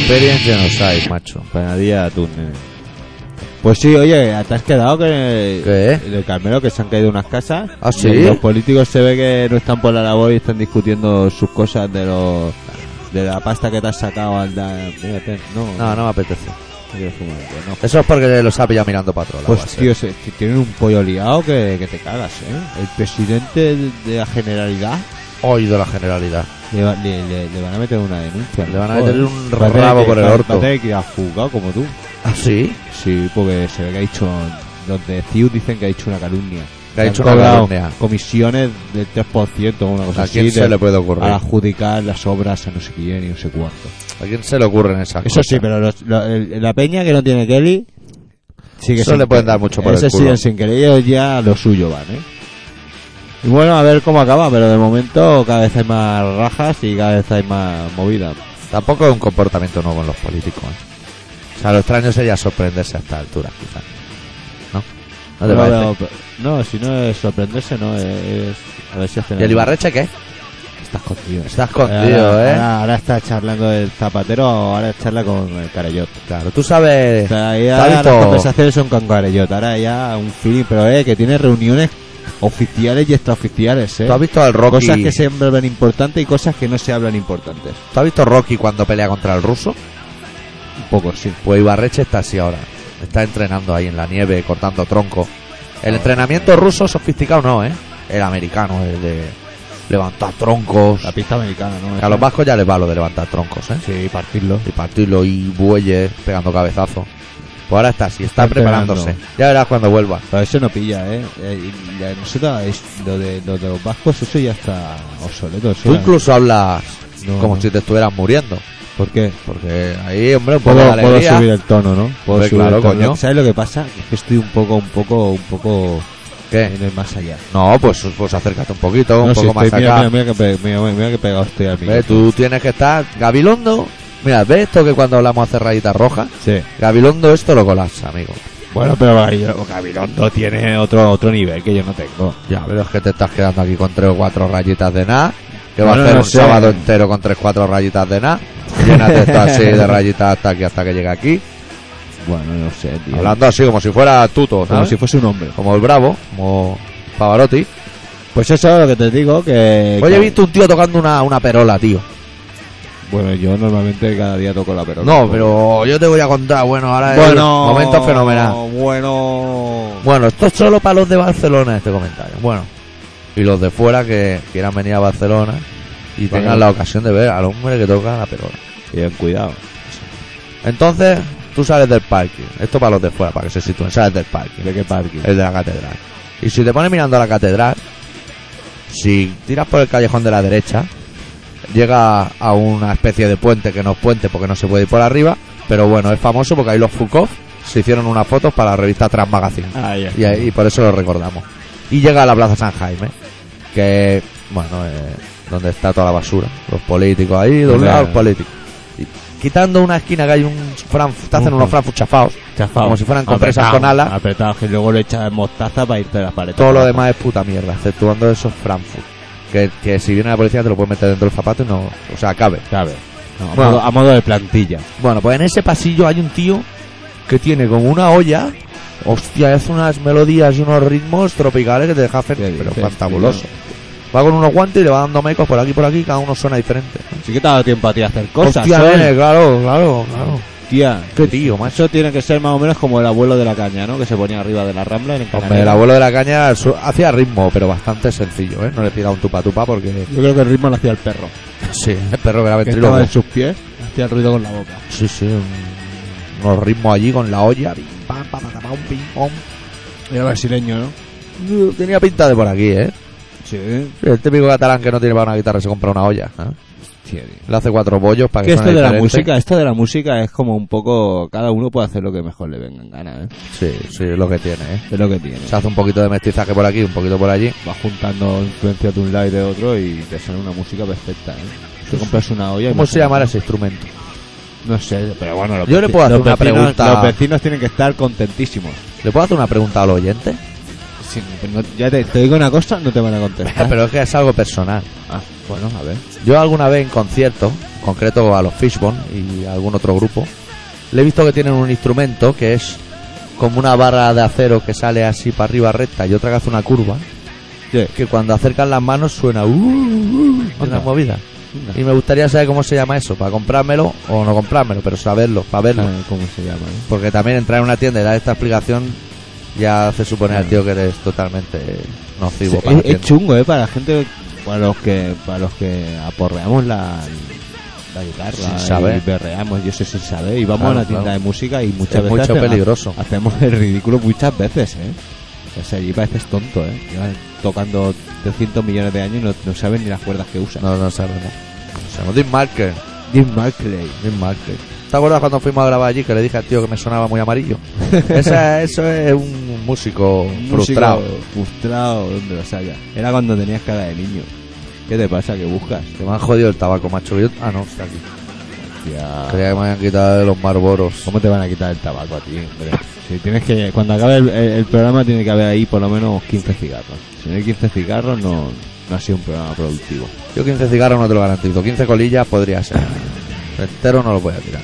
Speaker 1: Experience Genocide, macho.
Speaker 2: Panadilla de atún,
Speaker 1: eh.
Speaker 2: nene. Pues sí, oye, ¿te has quedado que
Speaker 1: ¿Qué?
Speaker 2: en el Carmelo que se han caído unas casas?
Speaker 1: ¿Ah, sí?
Speaker 2: Y Los políticos se ve que no están por la labor y están discutiendo sus cosas de los de la pasta que te has sacado al dar. Mira, ten- no,
Speaker 1: No, no me apetece.
Speaker 2: no quiero fumar, tío, no.
Speaker 1: Eso es porque los ha pillado mirando para otro lado. va a
Speaker 2: Pues
Speaker 1: ser.
Speaker 2: tío, se- t- tienen un pollo liado que, que te cagas, ¿eh? El presidente de la Generalidad
Speaker 1: Hoy de la generalidad.
Speaker 2: le, va- le- le- le van a meter una denuncia.
Speaker 1: Le van a
Speaker 2: Joder.
Speaker 1: meter un
Speaker 2: Va a tener
Speaker 1: rabo
Speaker 2: que-
Speaker 1: por el
Speaker 2: va- va a
Speaker 1: orto.
Speaker 2: tener que ir a juzgado como tú.
Speaker 1: ¿Ah, sí?
Speaker 2: Sí, porque se ve que ha dicho. Los de CIU dicen que ha dicho una calumnia.
Speaker 1: Que ha
Speaker 2: han
Speaker 1: hecho una
Speaker 2: cobrado
Speaker 1: calumnia.
Speaker 2: Comisiones del 3% o una cosa
Speaker 1: ¿A
Speaker 2: Pues así.
Speaker 1: quién se
Speaker 2: de- Ah.
Speaker 1: le puede ocurrir?
Speaker 2: al adjudicar las obras a no sé quién y no sé cuánto.
Speaker 1: ¿A quién se le ocurren esas
Speaker 2: Eso
Speaker 1: cosas?
Speaker 2: sí, pero los- lo- el- la peña que no tiene Kelly. Sigue
Speaker 1: Eso
Speaker 2: sin
Speaker 1: le pueden
Speaker 2: querer.
Speaker 1: dar mucho por el
Speaker 2: Ese
Speaker 1: culo.
Speaker 2: siguen sin querer. Ellos ya lo suyo van, ¿eh? Y bueno, a ver cómo acaba, pero de momento cada vez hay más rajas y cada vez hay más movidas.
Speaker 1: Tampoco es un comportamiento nuevo en los políticos. ¿eh? O sea, lo extraño sería sorprenderse a esta altura, quizás. ¿No? ¿No te
Speaker 2: No,
Speaker 1: parece?
Speaker 2: veo- no, si no es sorprenderse, no es. A ver si hacen
Speaker 1: ¿Y el
Speaker 2: algo.
Speaker 1: Ibarreche qué?
Speaker 2: Está escondido.
Speaker 1: Está escondido,
Speaker 2: ahora,
Speaker 1: ¿eh?
Speaker 2: Ahora, ahora está charlando el zapatero, ahora charla con el carayot.
Speaker 1: Claro, tú sabes...
Speaker 2: O sea, ahí
Speaker 1: Está
Speaker 2: ahora
Speaker 1: visto-
Speaker 2: las conversaciones son con carayot. Ahora ya un feeling, pero eh, que tiene reuniones oficiales y extraoficiales, eh.
Speaker 1: ¿Tú has visto al Rocky?
Speaker 2: Cosas que se hablan importantes y cosas que no se hablan importantes.
Speaker 1: ¿Tú has visto Rocky cuando pelea contra el ruso?
Speaker 2: Un poco, sí.
Speaker 1: Pues Ibarreche está así ahora. Está entrenando ahí en la nieve, cortando tronco. El entrenamiento ruso sofisticado no, ¿eh? El americano, el de levantar troncos.
Speaker 2: La pista americana, ¿no?
Speaker 1: Que a los vascos ya les va lo de levantar troncos, ¿eh?
Speaker 2: Sí, partirlo.
Speaker 1: Y partirlo y bueyes pegando cabezazos. Pues ahora está así, está
Speaker 2: Está entrenando.
Speaker 1: preparándose. Ya verás cuando vuelva.
Speaker 2: Pero eso no pilla, ¿eh? Eh, y la- nosotros, es- lo, de, lo de los vascos, eso ya está obsoleto. eso
Speaker 1: Tú
Speaker 2: ya-
Speaker 1: incluso hablas
Speaker 2: No,
Speaker 1: como
Speaker 2: no.
Speaker 1: si te estuvieras muriendo.
Speaker 2: ¿Por qué?
Speaker 1: Porque ahí, hombre, un poco de
Speaker 4: Puedo, puedo
Speaker 1: alegría.
Speaker 4: subir el tono, ¿no?
Speaker 2: Puedo
Speaker 1: Hombre,
Speaker 2: subir
Speaker 1: claro,
Speaker 2: el tono.
Speaker 1: coño.
Speaker 2: ¿Sabes lo que pasa? Es que estoy un poco, un poco, un poco
Speaker 1: ¿Qué?
Speaker 2: en el más allá.
Speaker 1: No, pues, pues acércate un poquito, Eh. un
Speaker 4: No, si
Speaker 1: poco más
Speaker 4: estoy-
Speaker 1: acá.
Speaker 4: mira, mira, mira, que pe- mira, mira, mira que pegado estoy al
Speaker 1: Ve,
Speaker 4: micro.
Speaker 1: tú tienes que estar Gabilondo. Mira, ve esto que cuando hablamos hace rayitas rojas.
Speaker 4: Sí.
Speaker 1: Gabilondo esto lo colapsa, amigo.
Speaker 4: Bueno, pero Gabilondo- Gabilondo tiene otro otro nivel que yo no tengo.
Speaker 1: Ya, pero es que te estás quedando aquí con tres o cuatro rayitas de nada. Que va
Speaker 4: Bueno,
Speaker 1: a hacer
Speaker 4: no
Speaker 1: un
Speaker 4: sé.
Speaker 1: sábado entero con tres o cuatro rayitas de nada. Llénate esto así de rayitas hasta aquí, hasta que llegue aquí.
Speaker 2: Bueno, no sé, tío.
Speaker 1: Hablando así como si fuera tuto,
Speaker 2: Como
Speaker 1: ¿sabes?
Speaker 2: si fuese un hombre.
Speaker 1: Como el bravo, como Pavarotti.
Speaker 2: Pues eso es lo que te digo, que...
Speaker 1: Oye, he
Speaker 2: que-
Speaker 1: visto un tío tocando una, una perola, tío.
Speaker 4: Bueno, yo normalmente cada día toco la pelota.
Speaker 1: No, pero yo te voy a contar, bueno, ahora es el
Speaker 4: Bueno,
Speaker 1: momento fenomenal.
Speaker 4: Bueno,
Speaker 1: Bueno, esto es solo para los de Barcelona este comentario. Bueno, y los de fuera que quieran venir a Barcelona y
Speaker 4: Vale.
Speaker 1: tengan la ocasión de ver al hombre que toca la pelota.
Speaker 4: Bien, cuidado.
Speaker 1: Entonces, tú sales del parking. Esto para los de fuera, para que se sitúen. Sales del parking,
Speaker 4: ¿De qué parking?
Speaker 2: Eh,
Speaker 1: el de la catedral. Y si te pones mirando a la catedral, si tiras por el callejón de la derecha, llega a una especie de puente que no es puente porque no se puede ir por arriba. Pero bueno, es famoso porque ahí los Foucault se hicieron unas fotos para la revista Trans Magazine
Speaker 4: Ah, ya.
Speaker 1: y, ahí- y por eso lo recordamos. Y llega a la Plaza San Jaime, que, bueno, eh, donde está toda la basura, los políticos ahí, de un
Speaker 4: Hombre.
Speaker 1: lado los políticos. Y quitando una esquina que hay un Frankfurt, te hacen
Speaker 4: Ujú.
Speaker 1: unos Frankfurt chafados,
Speaker 2: Chafao.
Speaker 1: como si fueran compresas
Speaker 4: Apretado,
Speaker 1: con alas,
Speaker 2: Apretado, que luego le echas mostaza para irte de las paredes.
Speaker 1: todo lo demás es puta mierda, exceptuando esos Frankfurt. Que, que si viene la policía te lo puede meter dentro del zapato y no, o sea, cabe.
Speaker 4: Cabe. No, a,
Speaker 1: Bueno.
Speaker 4: modo, a modo de plantilla.
Speaker 1: Bueno, pues en ese pasillo hay un tío que tiene como una olla, hostia, hace unas melodías y unos ritmos tropicales que te deja fer-
Speaker 4: ¿Qué dices,
Speaker 1: pero fantabuloso. Va con unos guantes y le va dando mecos por aquí por aquí, cada uno suena diferente.
Speaker 2: Sí que te ha dado tiempo a ti a hacer cosas,
Speaker 1: hostia,
Speaker 2: ¿sabes?
Speaker 1: nene, claro, claro, claro.
Speaker 2: Tía,
Speaker 1: Qué tío, macho.
Speaker 2: Eso tiene que ser más o menos como el abuelo de la caña, ¿no? Que se ponía arriba de la rambla en el
Speaker 1: Hombre, el abuelo de la caña su- hacía ritmo, pero bastante sencillo, ¿eh? No le pida un tupa tupa porque...
Speaker 2: Yo creo que el ritmo lo hacía el perro.
Speaker 1: Sí, el perro que era
Speaker 2: Que estaba en
Speaker 1: ventríloco.
Speaker 2: sus pies, hacía el ruido con la boca.
Speaker 1: Sí, sí, un- unos ritmos allí con la olla. pim, pam, pam, pam, pam, pim, pam.
Speaker 2: Era brasileño, ¿no?
Speaker 1: Tenía pinta de por aquí, ¿eh?
Speaker 2: Sí.
Speaker 1: Sí, El típico catalán que no tiene para una guitarra se compra una olla. ¿eh? Le hace cuatro bollos para que,
Speaker 2: Que esto
Speaker 1: suene
Speaker 2: de la
Speaker 1: diferente.
Speaker 2: música, esto de la música es como un poco... Cada uno puede hacer lo que mejor le venga en gana, ¿eh?
Speaker 1: Sí, sí, es lo que tiene. ¿eh?
Speaker 2: Es lo que tiene.
Speaker 1: Se hace un poquito de mestizaje por aquí, un poquito por allí.
Speaker 2: Vas juntando influencias de un lado y de otro y te sale una música perfecta, ¿eh? Te compras una olla y...
Speaker 1: ¿Cómo se llamará
Speaker 2: llamará
Speaker 1: ese instrumento?
Speaker 2: No sé, pero bueno... los
Speaker 1: Yo le
Speaker 2: veci-
Speaker 1: puedo hacer
Speaker 2: los
Speaker 1: una
Speaker 2: vecinos-
Speaker 1: pregunta.
Speaker 2: Los vecinos tienen que estar contentísimos.
Speaker 1: ¿Le puedo hacer una pregunta al oyente?
Speaker 2: Sí, no- ya te, te digo una cosa, no te van a contestar.
Speaker 1: Pero es que es algo personal.
Speaker 2: Ah, bueno, a ver.
Speaker 1: Yo alguna vez en conciertos, en concreto a los Fishbone y a algún otro grupo, le he visto que tienen un instrumento que es como una barra de acero que sale así para arriba recta y otra que hace una curva, que cuando acercan las manos suena uh, uh, de una
Speaker 2: Anda.
Speaker 1: movida. Y me gustaría saber cómo se llama eso, para comprármelo o no comprármelo, pero saberlo, para verlo.
Speaker 2: Ah, ¿Cómo se llama? eh?
Speaker 1: Porque también entrar en una tienda y dar esta explicación ya hace suponer al
Speaker 2: Ah.
Speaker 1: tío que eres totalmente nocivo.
Speaker 2: Sí,
Speaker 1: para la
Speaker 2: es, es
Speaker 1: tienda.
Speaker 2: chungo, ¿eh? Para la gente, para los que, para los que aporreamos la, la guitarra
Speaker 1: Sin saber.
Speaker 2: y berreamos, yo sé sin saber, y vamos
Speaker 1: Claro,
Speaker 2: a la tienda
Speaker 1: claro.
Speaker 2: de música y muchas
Speaker 1: Es
Speaker 2: veces
Speaker 1: mucho
Speaker 2: hace-
Speaker 1: peligroso.
Speaker 2: hacemos el ridículo muchas veces, ¿eh? O sea, allí pareces tonto, ¿eh? Llevan tocando 300 millones de años y no, no saben ni las cuerdas que usan.
Speaker 1: No, no sabemos. No sabemos. Dean Marker,
Speaker 2: Jim Markley.
Speaker 1: Dean Marker. ¿Te acuerdas cuando fuimos a grabar allí que le dije al tío que me sonaba muy amarillo? Esa- eso es un músico pues, frustrado.
Speaker 2: Músico Frustrado, donde los haya. Era cuando tenías cara de niño. ¿Qué te pasa? ¿Qué buscas?
Speaker 1: Que me han jodido el tabaco, macho. Yo- Ah, no, está aquí.
Speaker 5: Hostia.
Speaker 1: Creía que me habían quitado de los marboros.
Speaker 5: ¿Cómo te van a quitar el tabaco a ti, hombre?
Speaker 2: Si tienes que, cuando acabe el, el- el programa tiene que haber ahí por lo menos 15 cigarros. Si no hay 15 cigarros no, no ha sido un programa productivo.
Speaker 1: Yo 15 cigarros no te lo garantizo. 15 colillas podría ser. Entero no lo voy a tirar.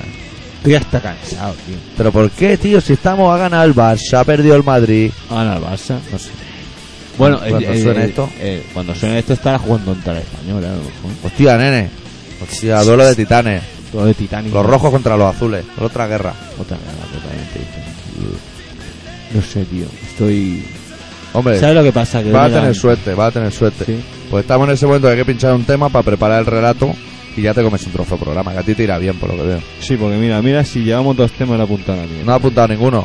Speaker 2: Estoy hasta cansado, tío.
Speaker 1: Pero ¿por qué, tío? Si estamos a ganar el Barça, ha perdido el Madrid.
Speaker 2: Ahora el Barça, no sé. Bueno,
Speaker 1: Cuando
Speaker 2: eh, eh,
Speaker 1: suene
Speaker 2: eh,
Speaker 1: esto.
Speaker 2: eh, cuando suene esto estará jugando contra el español, eh, a lo mejor.
Speaker 1: Hostia, nene. Hostia, duelo de titanes.
Speaker 2: Todo de Titanic.
Speaker 1: Los rojos contra los azules. Otra guerra.
Speaker 2: Otra guerra totalmente diferente, tío. No sé, tío. Estoy.
Speaker 1: Hombre,
Speaker 2: ¿Sabes lo que pasa? Que
Speaker 1: Pues, va a
Speaker 2: vengan-
Speaker 1: tener suerte, va a tener suerte.
Speaker 2: Sí.
Speaker 1: Pues estamos en ese momento de que hay que pinchar un tema para preparar el relato y ya te comes un trozo de programa, que a ti te irá bien por lo que veo.
Speaker 2: Sí, porque mira, mira si llevamos dos temas en la puntada mía.
Speaker 1: No ha apuntado ninguno.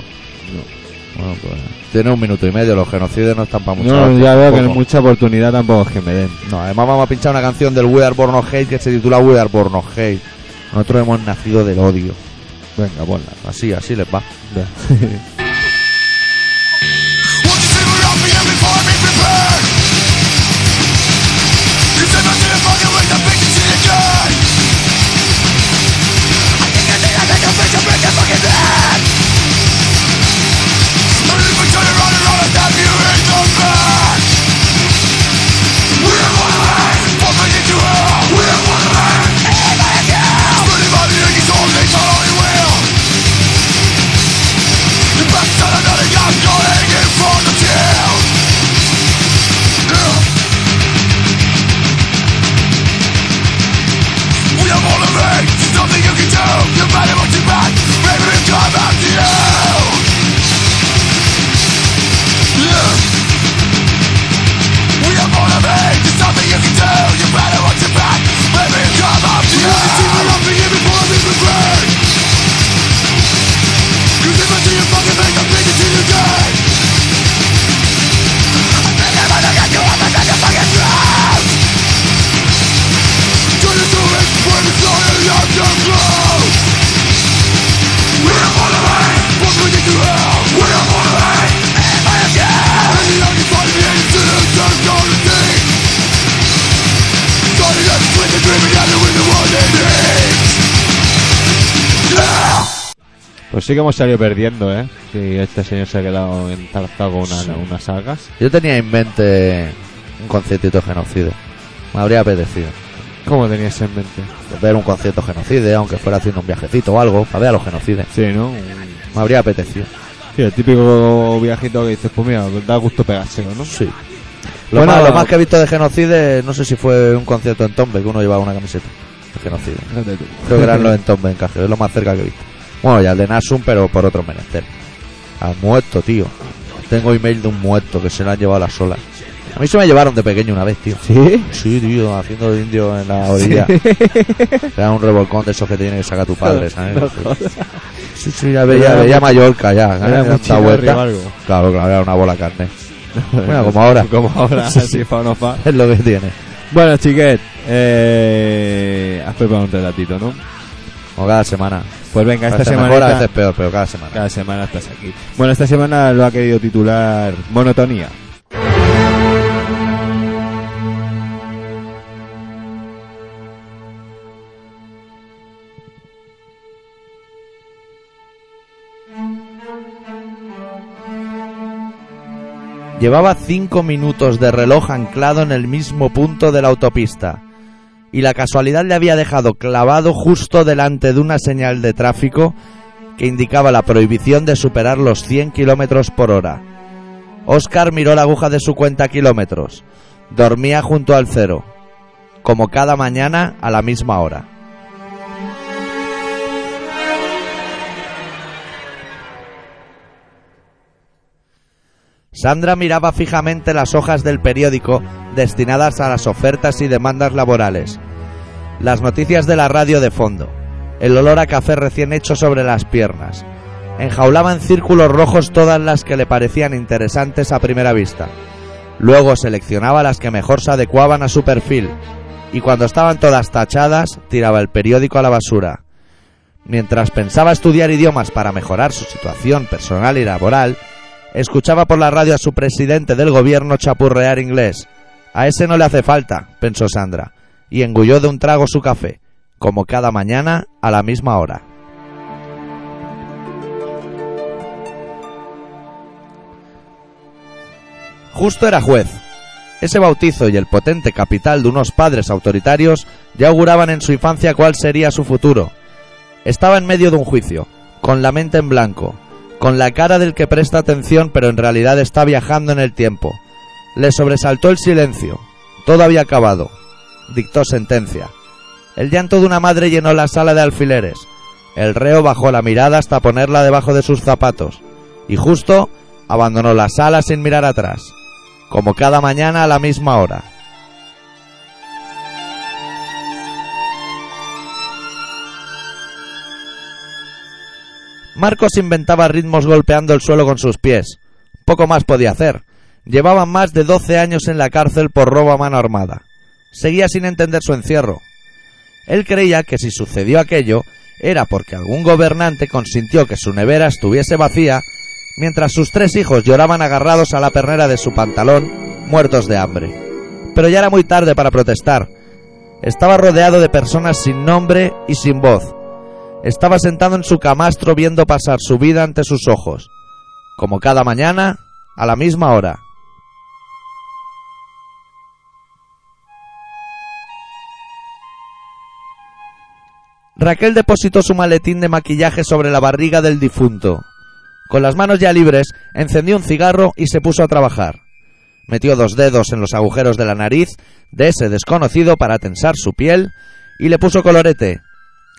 Speaker 2: No.
Speaker 1: Bueno, pues tiene un minuto y medio, los genocidios no están para mucho.
Speaker 2: No,
Speaker 1: rato,
Speaker 2: ya veo que
Speaker 1: tampoco.
Speaker 2: mucha oportunidad tampoco es que me den.
Speaker 1: No, además vamos a pinchar una canción del We Are Born of Hate que se titula We Are Born of Hate. Nosotros hemos nacido del odio.
Speaker 2: Venga, ponla.
Speaker 1: Así, así les va.
Speaker 6: Won't you sit around me and before me prepared? You said my sin fucking with the big shit again. I think I need I think I'm fixing break your fucking head. But if we turn around and round and stab you in the back. We are one man, what made it to hell? We are one man, and I am. Pretty body and your soul, they tell all you will. The best out of nothing, I'm calling it from the field. We have all of it, nothing you can do. You're mad about your back, maybe we'll come after you. Yeah. We are born of hate, there's nothing you can do You better watch your back, maybe you come up to you You see me loving you before me regret You did my you fucking make a big to you die I think I'm gonna get you, I'm gonna get you fucking trapped Try to do it, when it's not in your control We are born of hate, what we need to hell We are born of hate, and I am And the only part of me is to the dark, all the day Starting up with the dream and ending with the one that hates Yeah!
Speaker 2: Pues sí que hemos salido perdiendo, ¿eh? Sí, este señor se ha quedado entarzado con una- unas algas.
Speaker 1: Yo tenía en mente un conciertito genocida. Me habría apetecido.
Speaker 2: ¿Cómo tenías en mente?
Speaker 1: Ver un concierto genocida, aunque fuera haciendo un viajecito o algo, para ver a los genocides.
Speaker 2: Sí, ¿no?
Speaker 1: Me habría apetecido.
Speaker 2: Sí, el típico viajito que dices, pues mira, da gusto pegárselo, ¿no?
Speaker 1: Sí. Lo,
Speaker 2: Bueno,
Speaker 1: más, lo más que he visto de genocides, no sé si fue un concierto en Tombe, que uno llevaba una camiseta de genocida.
Speaker 2: Fíjate tú.
Speaker 1: Creo que eran los entombes en Cajeo, es lo más cerca que he visto. Bueno, ya el de Nasum, pero por otro menester. Al muerto, tío. Tengo email de un muerto que se lo han llevado a las olas. A mí se me llevaron de pequeño una vez, tío.
Speaker 2: ¿Sí?
Speaker 1: Sí, tío, haciendo de indio en la orilla. Era un revolcón de esos que tiene que sacar tu padre, ¿sabes? sí, sí, ya veía,
Speaker 2: Era
Speaker 1: veía
Speaker 2: muy-
Speaker 1: Mallorca, ya.
Speaker 2: Era
Speaker 1: Era
Speaker 2: muy
Speaker 1: tanta
Speaker 2: chido
Speaker 1: vuelta.
Speaker 2: arriba algo.
Speaker 1: Claro, claro, era una bola de carne. Bueno, como ahora.
Speaker 2: Como ahora,
Speaker 1: Sí,
Speaker 2: sí,
Speaker 1: sí.
Speaker 2: fa o no fa.
Speaker 1: Es lo que tiene.
Speaker 2: Bueno, chiquet, eh, has preparado un relatito, ¿no?
Speaker 1: Como cada semana.
Speaker 2: Pues venga, esta
Speaker 1: a veces
Speaker 2: semana...
Speaker 1: mejor, a veces peor, pero cada semana.
Speaker 2: Cada semana estás aquí. Bueno, esta semana lo ha querido titular Monotonía.
Speaker 1: Llevaba cinco minutos de reloj anclado en el mismo punto de la autopista, y la casualidad le había dejado clavado justo delante de una señal de tráfico que indicaba la prohibición de superar los 100 kilómetros por hora. Oscar miró la aguja de su cuenta kilómetros. Dormía junto al cero, como cada mañana a la misma hora. Sandra miraba fijamente las hojas del periódico destinadas a las ofertas y demandas laborales, las noticias de la radio de fondo, el olor a café recién hecho sobre las piernas. Enjaulaba en círculos rojos todas las que le parecían interesantes a primera vista. Luego seleccionaba las que mejor se adecuaban a su perfil y cuando estaban todas tachadas tiraba el periódico a la basura. Mientras pensaba estudiar idiomas para mejorar su situación personal y laboral, Escuchaba por la radio a su presidente del gobierno chapurrear inglés. A ese no le hace falta, pensó Sandra, y engulló de un trago su café, como cada mañana a la misma hora. Justo era juez. Ese bautizo y el potente capital de unos padres autoritarios ya auguraban en su infancia cuál sería su futuro. Estaba en medio de un juicio, con la mente en blanco, con la cara del que presta atención pero en realidad está viajando en el tiempo. Le sobresaltó el silencio. Todo había acabado. Dictó sentencia. El llanto de una madre llenó la sala de alfileres. El reo bajó la mirada hasta ponerla debajo de sus zapatos. Y justo abandonó la sala sin mirar atrás. Como cada mañana a la misma hora. Marcos inventaba ritmos golpeando el suelo con sus pies. Poco más podía hacer. Llevaba más de 12 años en la cárcel por robo a mano armada. Seguía sin entender su encierro. Él creía que si sucedió aquello era porque algún gobernante consintió que su nevera estuviese vacía mientras sus tres hijos lloraban agarrados a la pernera de su pantalón, muertos de hambre. Pero ya era muy tarde para protestar. Estaba rodeado de personas sin nombre y sin voz, estaba sentado en su camastro viendo pasar su vida ante sus ojos, como cada mañana, a la misma hora. Raquel depositó su maletín de maquillaje sobre la barriga del difunto. Con las manos ya libres, encendió un cigarro y se puso a trabajar. Metió dos dedos en los agujeros de la nariz de ese desconocido para tensar su piel y le puso colorete,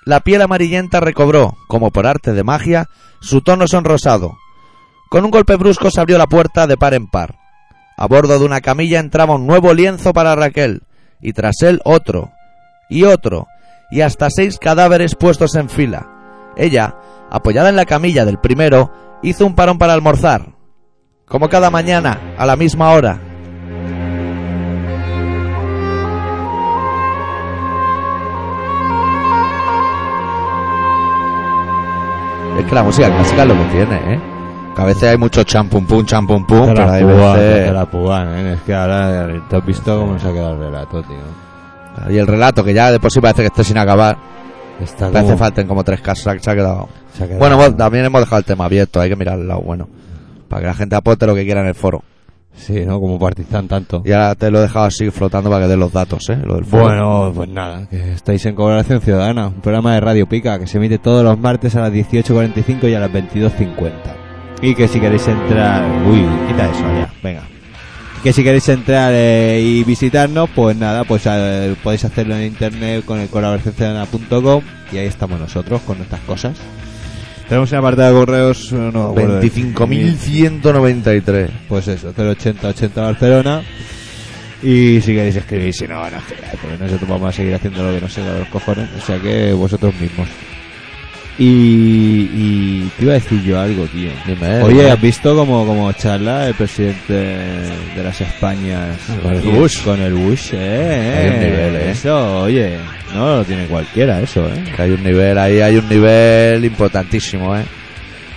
Speaker 1: la piel amarillenta recobró, como por arte de magia, su tono sonrosado. Con un golpe brusco se abrió la puerta de par en par. A bordo de una camilla entraba un nuevo lienzo para Raquel, y tras él otro, y otro, y hasta seis cadáveres puestos en fila. Ella, apoyada en la camilla del primero, hizo un parón para almorzar. Como cada mañana, a la misma hora, Es que la música clásica es lo que tiene, ¿eh? Que a veces hay mucho champum pum, champum pum,
Speaker 7: Te
Speaker 1: pero
Speaker 7: la
Speaker 1: hay
Speaker 7: pugan,
Speaker 1: veces-
Speaker 7: te la pugan, ¿eh? Es que ahora te has visto cómo se ha quedado el relato, tío.
Speaker 1: Y el relato, que ya de por sí parece que esté sin acabar,
Speaker 7: Está
Speaker 1: parece
Speaker 7: como-
Speaker 1: falta en como tres casos, se ha- se ha quedado...
Speaker 7: se ha quedado-
Speaker 1: Bueno, hemos- también hemos dejado el tema abierto, hay que mirar el lado bueno, para que la gente aporte lo que quiera en el foro.
Speaker 7: Sí, ¿no? Como partizan tanto.
Speaker 1: Y ahora te lo he dejado así flotando para que des los datos, ¿eh? Lo del foro.
Speaker 7: Bueno, pues nada.
Speaker 2: Que estáis en Colaboración Ciudadana, un programa de Radio Pica que se emite todos los martes a las 18.45 y a las 22.50. Y que si queréis entrar... Uy, quita eso ya, venga. Que si queréis entrar eh, y visitarnos, pues nada, pues eh, podéis hacerlo en internet con el colaboracionciudadana.com y ahí estamos nosotros con nuestras cosas.
Speaker 7: Tenemos un apartado de correos. eh, No, me acuerdo de-
Speaker 1: 25.193.
Speaker 2: Pues eso, 08080 Barcelona.
Speaker 7: Y si queréis escribir, si no, no.
Speaker 2: Porque nosotros vamos a seguir haciendo lo que nos salga de los cojones, o sea que vosotros mismos. Y, y te iba a decir yo algo, tío.
Speaker 1: Dime, eh,
Speaker 2: Oye,
Speaker 1: dime.
Speaker 2: ¿has visto como, como charla el presidente de las Españas
Speaker 1: Ah, Con el
Speaker 2: Y-
Speaker 1: Bush.
Speaker 2: Con el Bush, eh,
Speaker 1: Hay un nivel, eh.
Speaker 2: Eso, oye, no lo tiene cualquiera eso, eh.
Speaker 1: Que hay un nivel ahí, hay un nivel importantísimo, ¿eh?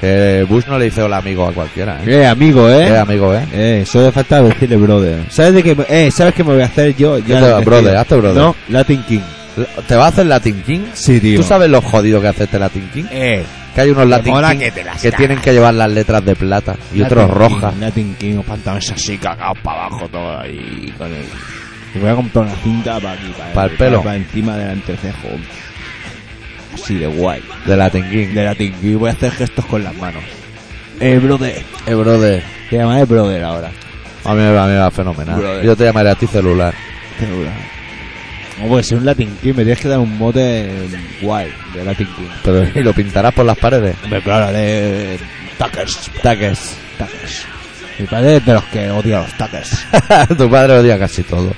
Speaker 1: Que Bush no le dice hola amigo a cualquiera, ¿eh?
Speaker 2: Eh, amigo, eh.
Speaker 1: Eh, amigo, ¿eh?
Speaker 2: Eh, solo falta decirle brother. ¿Sabes de qué? me- Eh, ¿sabes qué me voy a hacer yo?
Speaker 1: te va, brother, hazte brother.
Speaker 2: No, Latin King.
Speaker 1: ¿Te va a hacer Latin King?
Speaker 2: Sí, tío.
Speaker 1: ¿Tú sabes lo jodido que hace este Latin King?
Speaker 2: Eh,
Speaker 1: Que hay unos Latin
Speaker 2: mola
Speaker 1: King
Speaker 2: que te las cagas.
Speaker 1: tienen que llevar las letras de plata y otros
Speaker 2: Latin
Speaker 1: rojas.
Speaker 2: King, Latin King, los pantalones así cagados para abajo todo ahí con el... Me voy a comprar una cinta para aquí, para,
Speaker 1: Para el pelo.
Speaker 2: Para encima del entrecejo. Así de guay.
Speaker 1: De Latin King.
Speaker 2: De Latin King. Voy a hacer gestos con las manos. Eh, brother.
Speaker 1: Eh, brother.
Speaker 2: Te llamaré brother ahora.
Speaker 1: A mí, me va- a mí me va fenomenal.
Speaker 2: Brother.
Speaker 1: Yo te llamaré a ti celular.
Speaker 2: Seguro. No puede ser un Latin King. Me tienes que dar un mote guay de Latin King.
Speaker 1: Pero y lo pintarás por las paredes.
Speaker 2: Hombre, claro, de... Tuckers.
Speaker 1: Taques.
Speaker 2: Tuckers. Mi padre es de los que odia los tuckers.
Speaker 1: tu padre odia casi todo.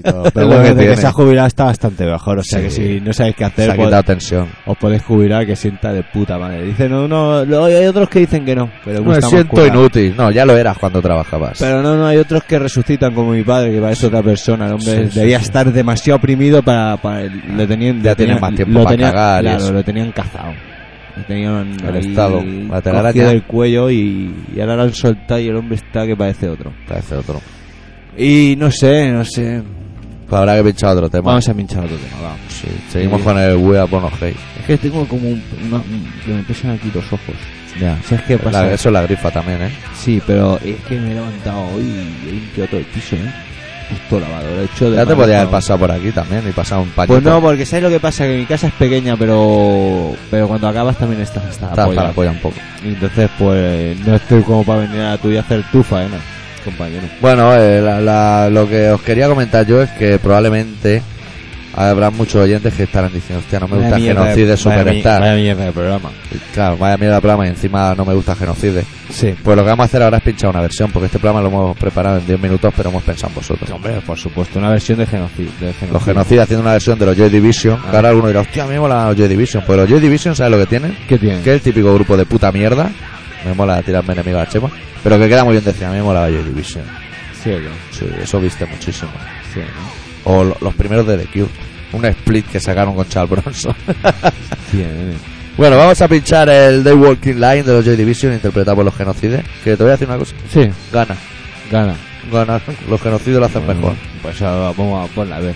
Speaker 2: todo.
Speaker 1: Es
Speaker 2: Pero
Speaker 1: lo
Speaker 2: bueno,
Speaker 1: que
Speaker 2: desde que,
Speaker 1: tiene.
Speaker 2: se ha jubilado está bastante mejor. O sea
Speaker 1: Sí.
Speaker 2: que si no sabéis qué
Speaker 1: Se
Speaker 2: hacer,
Speaker 1: ha
Speaker 2: pues,
Speaker 1: quitado tensión.
Speaker 2: os podéis jubilar que sienta de puta madre. Dicen, no, no, lo- hay otros que dicen que no. Pero
Speaker 1: Me
Speaker 2: gusta más
Speaker 1: siento
Speaker 2: currar.
Speaker 1: inútil. No, ya lo eras cuando trabajabas.
Speaker 2: Pero no, no, hay otros que resucitan como mi padre, que parece otra persona. El hombre
Speaker 1: Sí, sí,
Speaker 2: debía
Speaker 1: sí.
Speaker 2: estar demasiado oprimido para... para el- le tenían,
Speaker 1: Ya tiene
Speaker 2: le tenían-
Speaker 1: más tiempo
Speaker 2: lo
Speaker 1: para
Speaker 2: tenían-
Speaker 1: cagar y
Speaker 2: Claro,
Speaker 1: eso.
Speaker 2: lo tenían cazado. Lo tenían
Speaker 1: El
Speaker 2: ahí
Speaker 1: Estado, la telaraña.
Speaker 2: cogido del cuello y, y ahora lo han soltado y el hombre está que parece otro.
Speaker 1: Parece otro.
Speaker 2: Y no sé, no sé.
Speaker 1: Pues habrá que pinchar otro tema.
Speaker 3: Vamos a pinchar otro tema, vamos.
Speaker 1: Sí,
Speaker 2: Eh,
Speaker 1: seguimos con el We Are Born of Hate.
Speaker 3: Es que tengo como un, una- un- que me pesan aquí los ojos.
Speaker 1: Ya.
Speaker 3: ¿Sabes qué pasa?
Speaker 1: eso es la grifa también, ¿eh?
Speaker 3: Sí, pero es que me he levantado hoy y he limpiado todo el piso, ¿eh? Justo lavadora, he hecho de
Speaker 1: Ya te
Speaker 3: mala
Speaker 1: podías haber
Speaker 3: hora.
Speaker 1: pasado por aquí también y pasado un pañito.
Speaker 3: Pues no, porque ¿sabes lo que pasa? Que mi casa es pequeña, pero pero cuando acabas también estás hasta la
Speaker 1: Estás
Speaker 2: pues
Speaker 3: polla.
Speaker 1: para apoyar un poco.
Speaker 3: Y entonces, pues, no estoy como para venir a la tuya a hacer tu faena, compañero.
Speaker 1: Bueno, eh, la- la- lo que os quería comentar yo es que probablemente habrá muchos oyentes que estarán diciendo, hostia, no me gusta Genocide Superstar.
Speaker 2: Vaya mierda de programa.
Speaker 1: Claro, vaya mierda de programa y encima no me gusta Genocide.
Speaker 3: Sí.
Speaker 1: Pues lo que vamos a hacer ahora es pinchar una versión, porque este programa lo hemos preparado en 10 minutos, pero hemos pensado en vosotros.
Speaker 2: Hombre, por supuesto, Pues una versión de genocidio. De genocidio.
Speaker 1: Los genocidas haciendo una versión de los Joy Division.
Speaker 2: Ah.
Speaker 1: que ahora alguno dirá, hostia, a mí me mola los Joy Division. Pero los Joy Division, ¿sabes lo que tienen?
Speaker 2: ¿Qué tienen?
Speaker 1: Que es el típico grupo de puta mierda. Me mola tirarme enemigo a la chema. Pero que queda muy bien decir, a mí me mola Joy Division.
Speaker 2: Sí, oye,
Speaker 1: Sí, eso viste muchísimo.
Speaker 2: sí, ¿no?
Speaker 1: O lo- los primeros de The Cure. Un split que sacaron con Charles Bronson.
Speaker 2: Sí, ¿eh? nene.
Speaker 1: bueno, vamos a pinchar el The Walking Line de los Joy Division, interpretado por los genocides. Que te voy a decir una cosa.
Speaker 2: sí,
Speaker 1: Gana.
Speaker 2: gana.
Speaker 1: Gana. Los genocidas lo hacen mejor.
Speaker 2: Pues ahora vamos a ponerla a ver.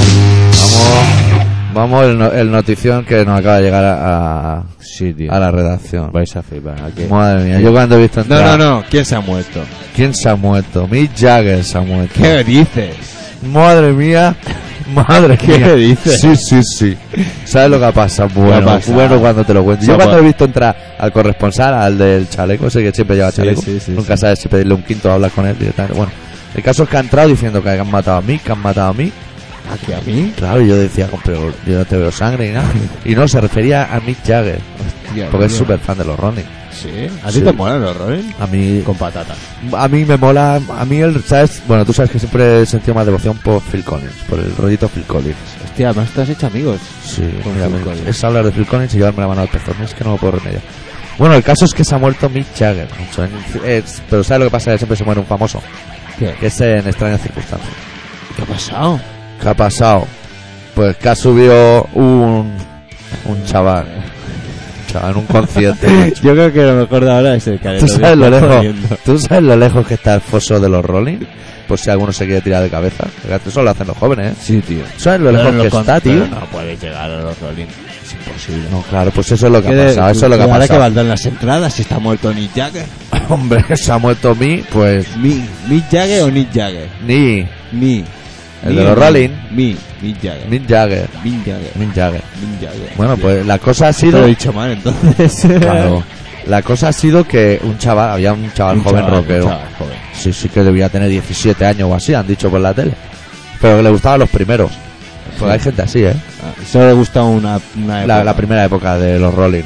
Speaker 1: Vamos, vamos, vamos el, no- el notición que nos acaba de llegar a, a-
Speaker 2: Sí, tío.
Speaker 1: a la redacción.
Speaker 2: Vais a flipar. ¿a qué?
Speaker 1: Madre mía, yo cuando he visto
Speaker 2: No,
Speaker 1: entrar,
Speaker 2: no, no. ¿Quién se ha muerto?
Speaker 1: ¿Quién se ha muerto? Mick Jagger se ha muerto.
Speaker 2: ¿Qué dices?
Speaker 1: Madre mía, madre
Speaker 2: ¿Qué
Speaker 1: mía.
Speaker 2: dices?
Speaker 1: Sí, sí, sí. ¿Sabes lo que pasa? Bueno,
Speaker 2: pasa?
Speaker 1: bueno cuando te lo cuento. Yo
Speaker 2: No,
Speaker 1: cuando he
Speaker 2: pues-
Speaker 1: visto entrar al corresponsal, al del chaleco, sé que siempre lleva
Speaker 2: Sí,
Speaker 1: chaleco.
Speaker 2: sí, sí,
Speaker 1: Nunca
Speaker 2: sí.
Speaker 1: sabes si pedirle un quinto o hablar con él directamente. Bueno, el caso es que ha entrado diciendo que han matado a mí, que han matado a mí.
Speaker 2: ¿A qué a mí?
Speaker 1: Claro, y yo decía, pero yo no te veo sangre ni nada. Y no, se refería a Mick Jagger, porque es súper fan de los Ronnie.
Speaker 2: Sí. ¿A
Speaker 1: Sí.
Speaker 2: ti te molan los Rolling?
Speaker 1: A mí,
Speaker 2: Con patatas.
Speaker 1: a mí me mola, a mí el, ¿sabes? Bueno, tú sabes que siempre he sentido más devoción por Phil Collins, por el rollito Phil Collins.
Speaker 3: Hostia, más te has hecho amigos.
Speaker 1: Sí,
Speaker 3: Con
Speaker 1: mira,
Speaker 3: Phil
Speaker 1: me-
Speaker 3: Collins.
Speaker 1: es hablar de Phil Collins y llevarme la mano al pezón, es que no lo puedo remediar. Bueno, el caso es que se ha muerto Mick Jagger, macho. En- es- pero ¿sabes lo que pasa? Que siempre se muere un famoso,
Speaker 2: ¿Qué?
Speaker 1: que es en extrañas circunstancias.
Speaker 3: ¿Qué ha pasado?
Speaker 1: ¿Qué ha pasado? Pues que ha subido un, un chaval, un chaval en un concierto, macho.
Speaker 3: Yo creo que lo mejor de ahora es el careto.
Speaker 1: ¿Tú sabes,
Speaker 3: que
Speaker 1: lo
Speaker 3: está
Speaker 1: lejos,
Speaker 3: poniendo.
Speaker 1: ¿Tú sabes lo lejos que está el foso de los Rolling? Por si alguno se quiere tirar de cabeza. Eso lo hacen los jóvenes, ¿eh?
Speaker 2: Sí, tío.
Speaker 1: ¿Sabes lo lejos
Speaker 3: Pero
Speaker 1: que
Speaker 3: con-
Speaker 1: está, tío?
Speaker 3: pero No puede llegar a los Rolling. Es imposible.
Speaker 1: No, claro, pues eso es lo que ha
Speaker 3: ¿Qué-
Speaker 1: pasado. Eso es lo que ha
Speaker 3: ahora que
Speaker 1: pasado.
Speaker 3: valdrán las entradas si está muerto Nick Jagger.
Speaker 1: Hombre, se ha muerto mi, pues
Speaker 3: Mi, Mick Jagger o Nick Jagger.
Speaker 1: ni
Speaker 3: Mi.
Speaker 1: El
Speaker 3: Mi
Speaker 1: de
Speaker 3: o
Speaker 1: los
Speaker 3: mi?
Speaker 1: Rolling.
Speaker 3: Mi. Mick Jagger.
Speaker 1: Mick Jagger.
Speaker 3: Mick Jagger.
Speaker 1: Mick Jagger.
Speaker 3: Mick Jagger.
Speaker 1: Bueno,
Speaker 3: Tío,
Speaker 1: pues la cosa ha
Speaker 3: te
Speaker 1: sido.
Speaker 3: lo he dicho mal entonces.
Speaker 1: Claro. La cosa ha sido que un chaval, había un chaval
Speaker 3: Un
Speaker 1: joven
Speaker 3: chaval, un
Speaker 1: rockero.
Speaker 3: chaval joven.
Speaker 1: Sí, sí que debía tener 17 años o así, han dicho por la tele. Pero que le gustaban los primeros. Porque hay gente así, ¿eh?
Speaker 3: Ah, Solo le gusta una, una
Speaker 1: La,
Speaker 3: época.
Speaker 1: la primera época de los Rolling.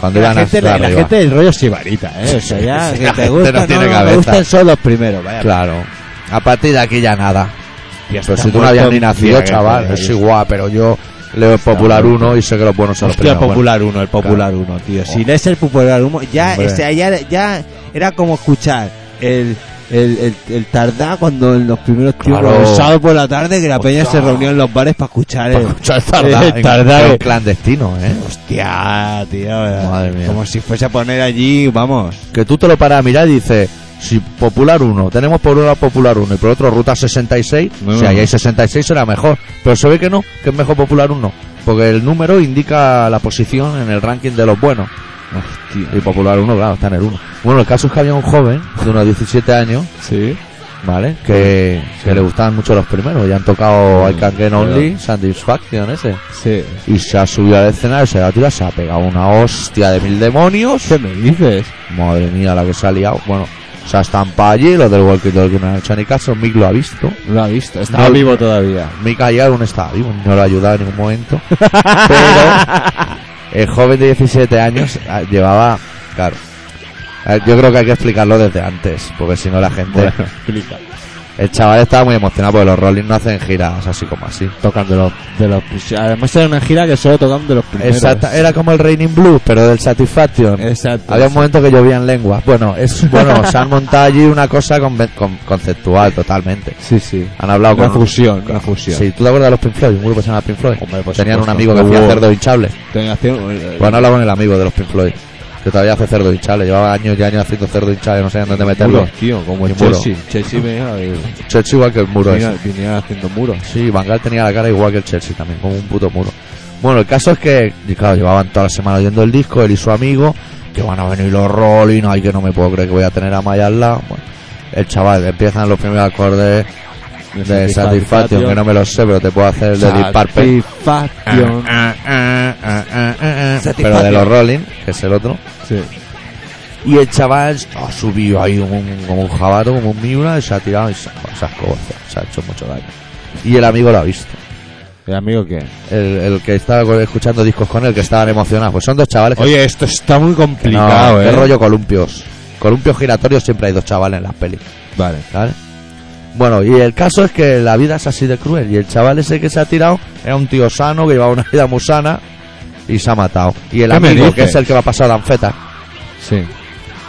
Speaker 1: Cuando
Speaker 2: La
Speaker 1: iban
Speaker 2: gente,
Speaker 1: hasta
Speaker 2: la, la
Speaker 1: arriba.
Speaker 2: gente del rollo sibarita, ¿eh? O sea, ya,
Speaker 1: Sí,
Speaker 2: que
Speaker 1: la
Speaker 2: te
Speaker 1: gente
Speaker 2: gusta,
Speaker 1: no
Speaker 2: no,
Speaker 1: tiene
Speaker 2: no, me
Speaker 1: cabeza.
Speaker 2: gustan son los primeros, vaya.
Speaker 1: Claro. A partir de aquí ya nada. Pero
Speaker 8: está
Speaker 1: si tú no habías ni
Speaker 8: muerto,
Speaker 1: nacido,
Speaker 8: tía, que
Speaker 1: chaval,
Speaker 8: joder,
Speaker 2: pues,
Speaker 1: es
Speaker 8: eso.
Speaker 1: igual, pero yo leo el Popular 1 y sé que los buenos son los primeros.
Speaker 2: Hostia,
Speaker 1: Bueno, Oh.
Speaker 2: Popular 1, el Popular 1, tío. Si lees el Popular 1, ya,
Speaker 1: Hombre.
Speaker 2: ese- ya, ya era como escuchar el, el, el, el tardá cuando en los primeros tiempos,
Speaker 1: Claro.
Speaker 2: los sábados por la tarde, que la peña se reunía en los bares para escuchar el...
Speaker 1: para escuchar tardar,
Speaker 2: Eh, tardar,
Speaker 1: en- en
Speaker 2: eh.
Speaker 1: clandestino, ¿eh?
Speaker 2: Hostia, tío. eh,
Speaker 1: Madre mía.
Speaker 2: Como si fuese a poner allí, vamos.
Speaker 1: Que tú te lo paras a mirar y dices, si Popular 1, tenemos por una Popular 1 y por otro Ruta 66,
Speaker 8: Bueno.
Speaker 1: si ahí hay 66 será mejor. Pero se ve que no, que es mejor Popular 1. Porque el número indica la posición en el ranking de los buenos. Y Popular 1, claro, está en el 1. Bueno, el caso es que había un joven de unos 17 años,
Speaker 8: Sí.
Speaker 1: ¿vale? Que, que le gustaban mucho los primeros. Ya han tocado I Can Get Only, Satisfaction ese.
Speaker 8: Sí.
Speaker 1: Y se ha subido al escenario, se ha tirado, se ha pegado una hostia de mil demonios.
Speaker 8: ¿Qué me dices?
Speaker 1: Madre mía, la que se ha liado. Bueno, se ha estampado allí, los del Walkie Talkie no han hecho ni caso. Mick lo ha visto.
Speaker 8: Lo ha visto. Está
Speaker 1: No-
Speaker 8: vivo todavía.
Speaker 1: Mick ayer aún estaba vivo, no lo ha ayudado en ningún momento. Pero el joven de 17 años ah, llevaba. Claro. Eh, Yo creo que hay que explicarlo desde antes, porque si no la gente.
Speaker 8: explica.
Speaker 1: El chaval estaba muy emocionado porque los Rolling no hacen giras así como así.
Speaker 8: Tocan de los, de los. Además, era una gira que solo tocaban de los primeros.
Speaker 1: Exacta, era como el Raining Blues, pero del Satisfaction.
Speaker 2: Eh,
Speaker 8: Exacto.
Speaker 1: Había un momento que llovían lenguas. Bueno, es bueno, se han montado allí una cosa conven- con- conceptual totalmente.
Speaker 8: Sí, sí.
Speaker 1: Han hablado
Speaker 8: Una
Speaker 1: con
Speaker 8: fusión, una fusión.
Speaker 1: Sí, ¿tú te acuerdas de los Pink Floyd? Un grupo que se llama Pink Floyd.
Speaker 8: Hombre, por
Speaker 1: Tenían un
Speaker 8: supuesto.
Speaker 1: amigo que hacía
Speaker 8: Hubo-
Speaker 1: cerdo hinchable.
Speaker 8: Tenía acción-
Speaker 1: Bueno, hablaba con el amigo de los Pink Floyd, que todavía hace cerdo hinchable. Llevaba años y años haciendo cerdo hinchable, no sabían dónde meterlo.
Speaker 8: muros, tío, como
Speaker 1: Y
Speaker 8: el
Speaker 1: muro.
Speaker 8: Chelsea. Chelsea venía,
Speaker 1: Chelsea igual que el muro
Speaker 8: venía,
Speaker 1: ese.
Speaker 8: venía haciendo muros.
Speaker 1: Sí, Van Gaal tenía la cara igual que el Chelsea también, como un puto muro. Bueno, el caso es que, y claro, llevaban toda la semana oyendo el disco, él y su amigo, que van a venir los Rolling, ay que no me puedo creer que voy a tener a Maya al lado. Bueno, el chaval, empiezan los primeros acordes de Satisfaction, que no me lo sé, pero te puedo hacer el de Deep Purple.
Speaker 8: Satisfaction.
Speaker 1: Ah, pero de los Rolling, que es el otro.
Speaker 8: Sí.
Speaker 1: Y el chaval ha subido ahí como un, como un jabato, como un miura, y se ha tirado y se, se ha escobozado, se ha hecho mucho daño. Y el amigo lo ha visto.
Speaker 8: ¿El amigo qué?
Speaker 1: El, el que estaba co- escuchando discos con él, que estaban emocionados. Pues son dos chavales que,
Speaker 8: Oye, esto está muy
Speaker 1: que no,
Speaker 8: complicado,
Speaker 1: qué
Speaker 8: eh.
Speaker 1: rollo columpios. Columpios giratorios siempre hay dos chavales en las pelis,
Speaker 8: Vale.
Speaker 1: ¿vale? Bueno, y el caso es que la vida es así de cruel. Y el chaval ese que se ha tirado era un tío sano que llevaba una vida muy sana y se ha matado. Y el
Speaker 8: ¿Qué me
Speaker 1: amigo, que
Speaker 8: dices?
Speaker 1: es el que va a pasar la anfeta,
Speaker 8: Sí.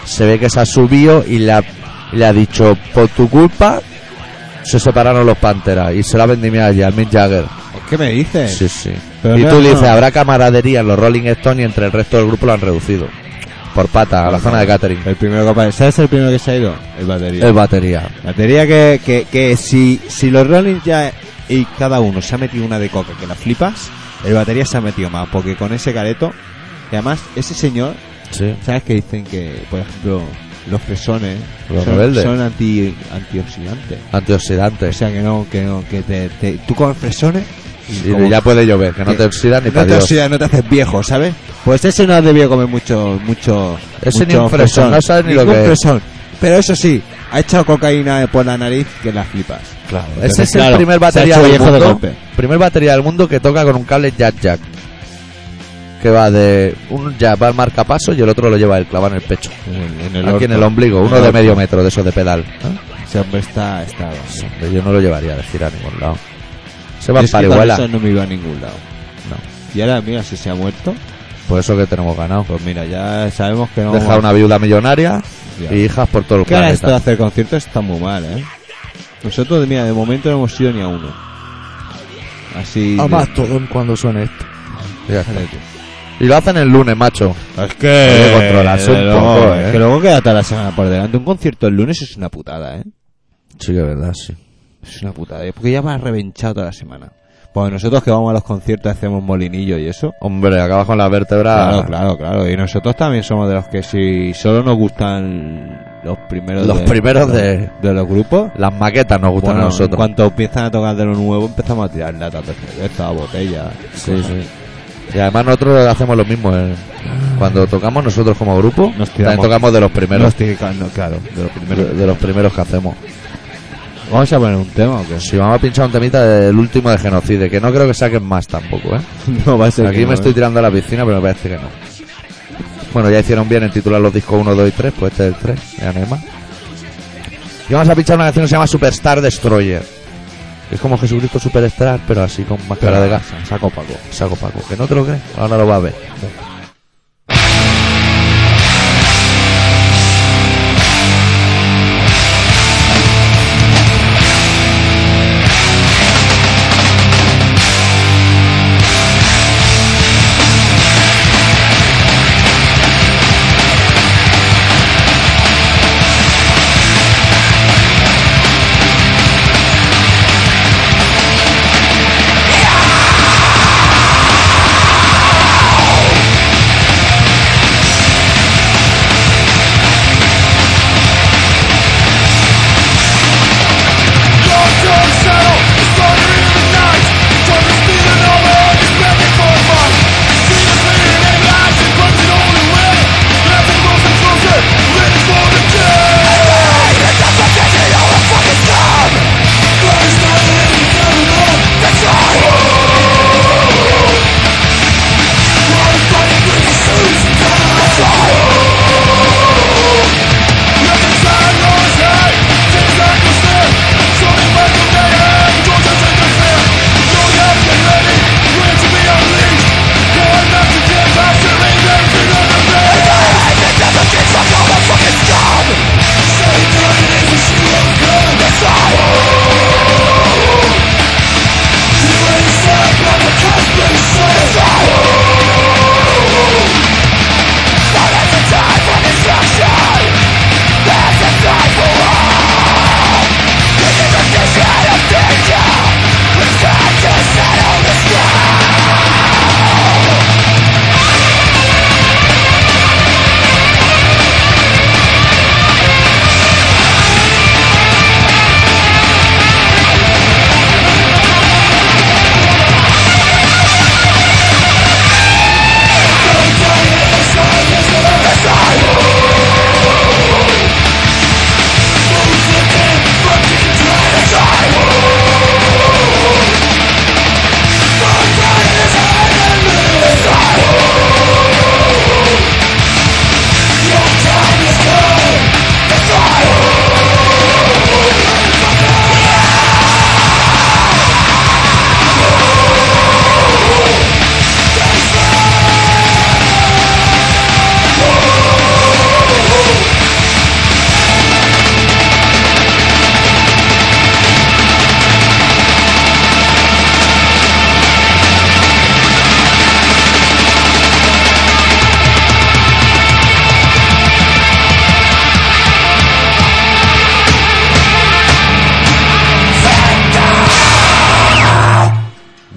Speaker 1: se ve que se ha subido y le ha, le ha dicho, por tu culpa se separaron los Panteras y se la vendimia allí al Mick Jagger.
Speaker 2: ¿Qué me dices?
Speaker 1: Sí, sí.
Speaker 2: Pero
Speaker 1: y
Speaker 2: no,
Speaker 1: tú le
Speaker 2: no.
Speaker 1: dices, habrá camaradería en los Rolling Stones y entre el resto del grupo lo han reducido. Por pata, a la zona de catering.
Speaker 2: El primero que aparece. ¿Sabes el primero que se ha ido? El batería.
Speaker 1: El batería.
Speaker 2: Batería que, que, que si, si los Rolling ya y cada uno se ha metido una de coca que la flipas, el batería se ha metido más, porque con ese careto, y además ese señor,
Speaker 1: Sí.
Speaker 2: ¿sabes que dicen que, por ejemplo, los pezones
Speaker 1: Los
Speaker 2: son,
Speaker 1: rebeldes.
Speaker 2: son anti, antioxidantes? O
Speaker 1: Antioxidantes.
Speaker 2: sea que no, que no, que te, te- tú con fresones
Speaker 1: Y ya puede llover, que no te oxidan ni
Speaker 2: no
Speaker 1: para
Speaker 2: te
Speaker 1: Dios.
Speaker 2: oxidas, no te haces viejo, ¿sabes? Pues ese no ha debido comer mucho, mucho.
Speaker 1: Ese ni
Speaker 2: mucho
Speaker 1: un fresón, no sabe ni lo
Speaker 2: Ningún
Speaker 1: que es.
Speaker 2: fresón. Pero eso sí, ha echado cocaína por la nariz que la flipas.
Speaker 1: Claro. Ese
Speaker 2: Entonces,
Speaker 1: es el
Speaker 2: claro,
Speaker 1: primer
Speaker 2: se ha
Speaker 1: batería
Speaker 2: hecho
Speaker 1: del
Speaker 2: viejo de
Speaker 1: mundo.
Speaker 2: golpe.
Speaker 1: primer batería del mundo que toca con un cable jack jack. Que va de. Un jack va al marcapaso y el otro lo lleva el clava en el pecho.
Speaker 8: En el, en
Speaker 1: Aquí en el ombligo, uno de medio metro de esos de pedal. Pues,
Speaker 2: Ese hombre está. está
Speaker 1: Hombre, Yo no lo llevaría a decir a ningún lado. Se
Speaker 2: Yo
Speaker 1: va
Speaker 2: es que
Speaker 1: para
Speaker 2: con
Speaker 1: iguala.
Speaker 2: eso no me iba a ningún lado. No. Y ahora, mira, si se ha muerto,
Speaker 1: Por eso que tenemos ganado.
Speaker 2: pues mira, ya sabemos que no.
Speaker 1: Deja una viuda millonaria
Speaker 2: Ya.
Speaker 1: y hijas por todo el
Speaker 2: Que ahora esto de
Speaker 1: planeta.
Speaker 2: hacer conciertos está muy mal, ¿eh? Nosotros, mira, de momento no hemos ido ni a uno. Así.
Speaker 1: todo cuando suene esto.
Speaker 2: Fíjate tú.
Speaker 1: Y lo hacen el lunes, macho.
Speaker 8: Es
Speaker 1: Hay
Speaker 8: que.
Speaker 1: que controlarse un
Speaker 8: desde luego,
Speaker 1: poco,
Speaker 8: eh.
Speaker 1: ¿eh?
Speaker 2: Es que luego queda toda la semana por delante. Un concierto el lunes es una putada, ¿eh?
Speaker 1: Sí, que es verdad, sí.
Speaker 2: Es una putada. ¿eh? Porque ya vas revenchado toda la semana. Pues nosotros que vamos a los conciertos hacemos molinillo y eso.
Speaker 1: Hombre, acabas con la vértebra.
Speaker 2: Claro, claro, claro. Y nosotros también somos de los que si solo nos gustan los primeros
Speaker 1: Los
Speaker 2: de,
Speaker 1: primeros de-
Speaker 2: de los grupos.
Speaker 1: Las maquetas nos gustan
Speaker 2: Bueno,
Speaker 1: a
Speaker 2: en
Speaker 1: nosotros.
Speaker 2: cuanto empiezan a tocar de lo nuevo empezamos a tirar latas de cerveza, botellas.
Speaker 1: Sí, sí. Y además nosotros hacemos lo mismo. eh. Cuando tocamos nosotros como grupo,
Speaker 2: Nos tiramos.
Speaker 1: también tocamos de los primeros.
Speaker 2: Los tica- no, claro, de los
Speaker 1: De,
Speaker 2: primeros.
Speaker 1: de los primeros que hacemos.
Speaker 2: Vamos a poner un tema o qué?
Speaker 1: Si vamos a pinchar un temita del último de genocide, que no creo que saquen más tampoco, ¿eh?
Speaker 2: No va a ser.
Speaker 1: Aquí
Speaker 2: que
Speaker 1: me
Speaker 2: no,
Speaker 1: estoy
Speaker 2: ¿eh?
Speaker 1: tirando a la piscina, pero me parece que no. Bueno, ya hicieron bien en titular los discos 1, 2 y 3, pues este es el 3, ya no hay más. Y vamos a pinchar una canción que se llama Superstar Destroyer. Es como Jesucristo Superstar, pero así con máscara
Speaker 9: Ah.
Speaker 1: de gasa.
Speaker 9: Saco Paco.
Speaker 1: Saco Paco, que no te lo crees, ahora lo vas a ver.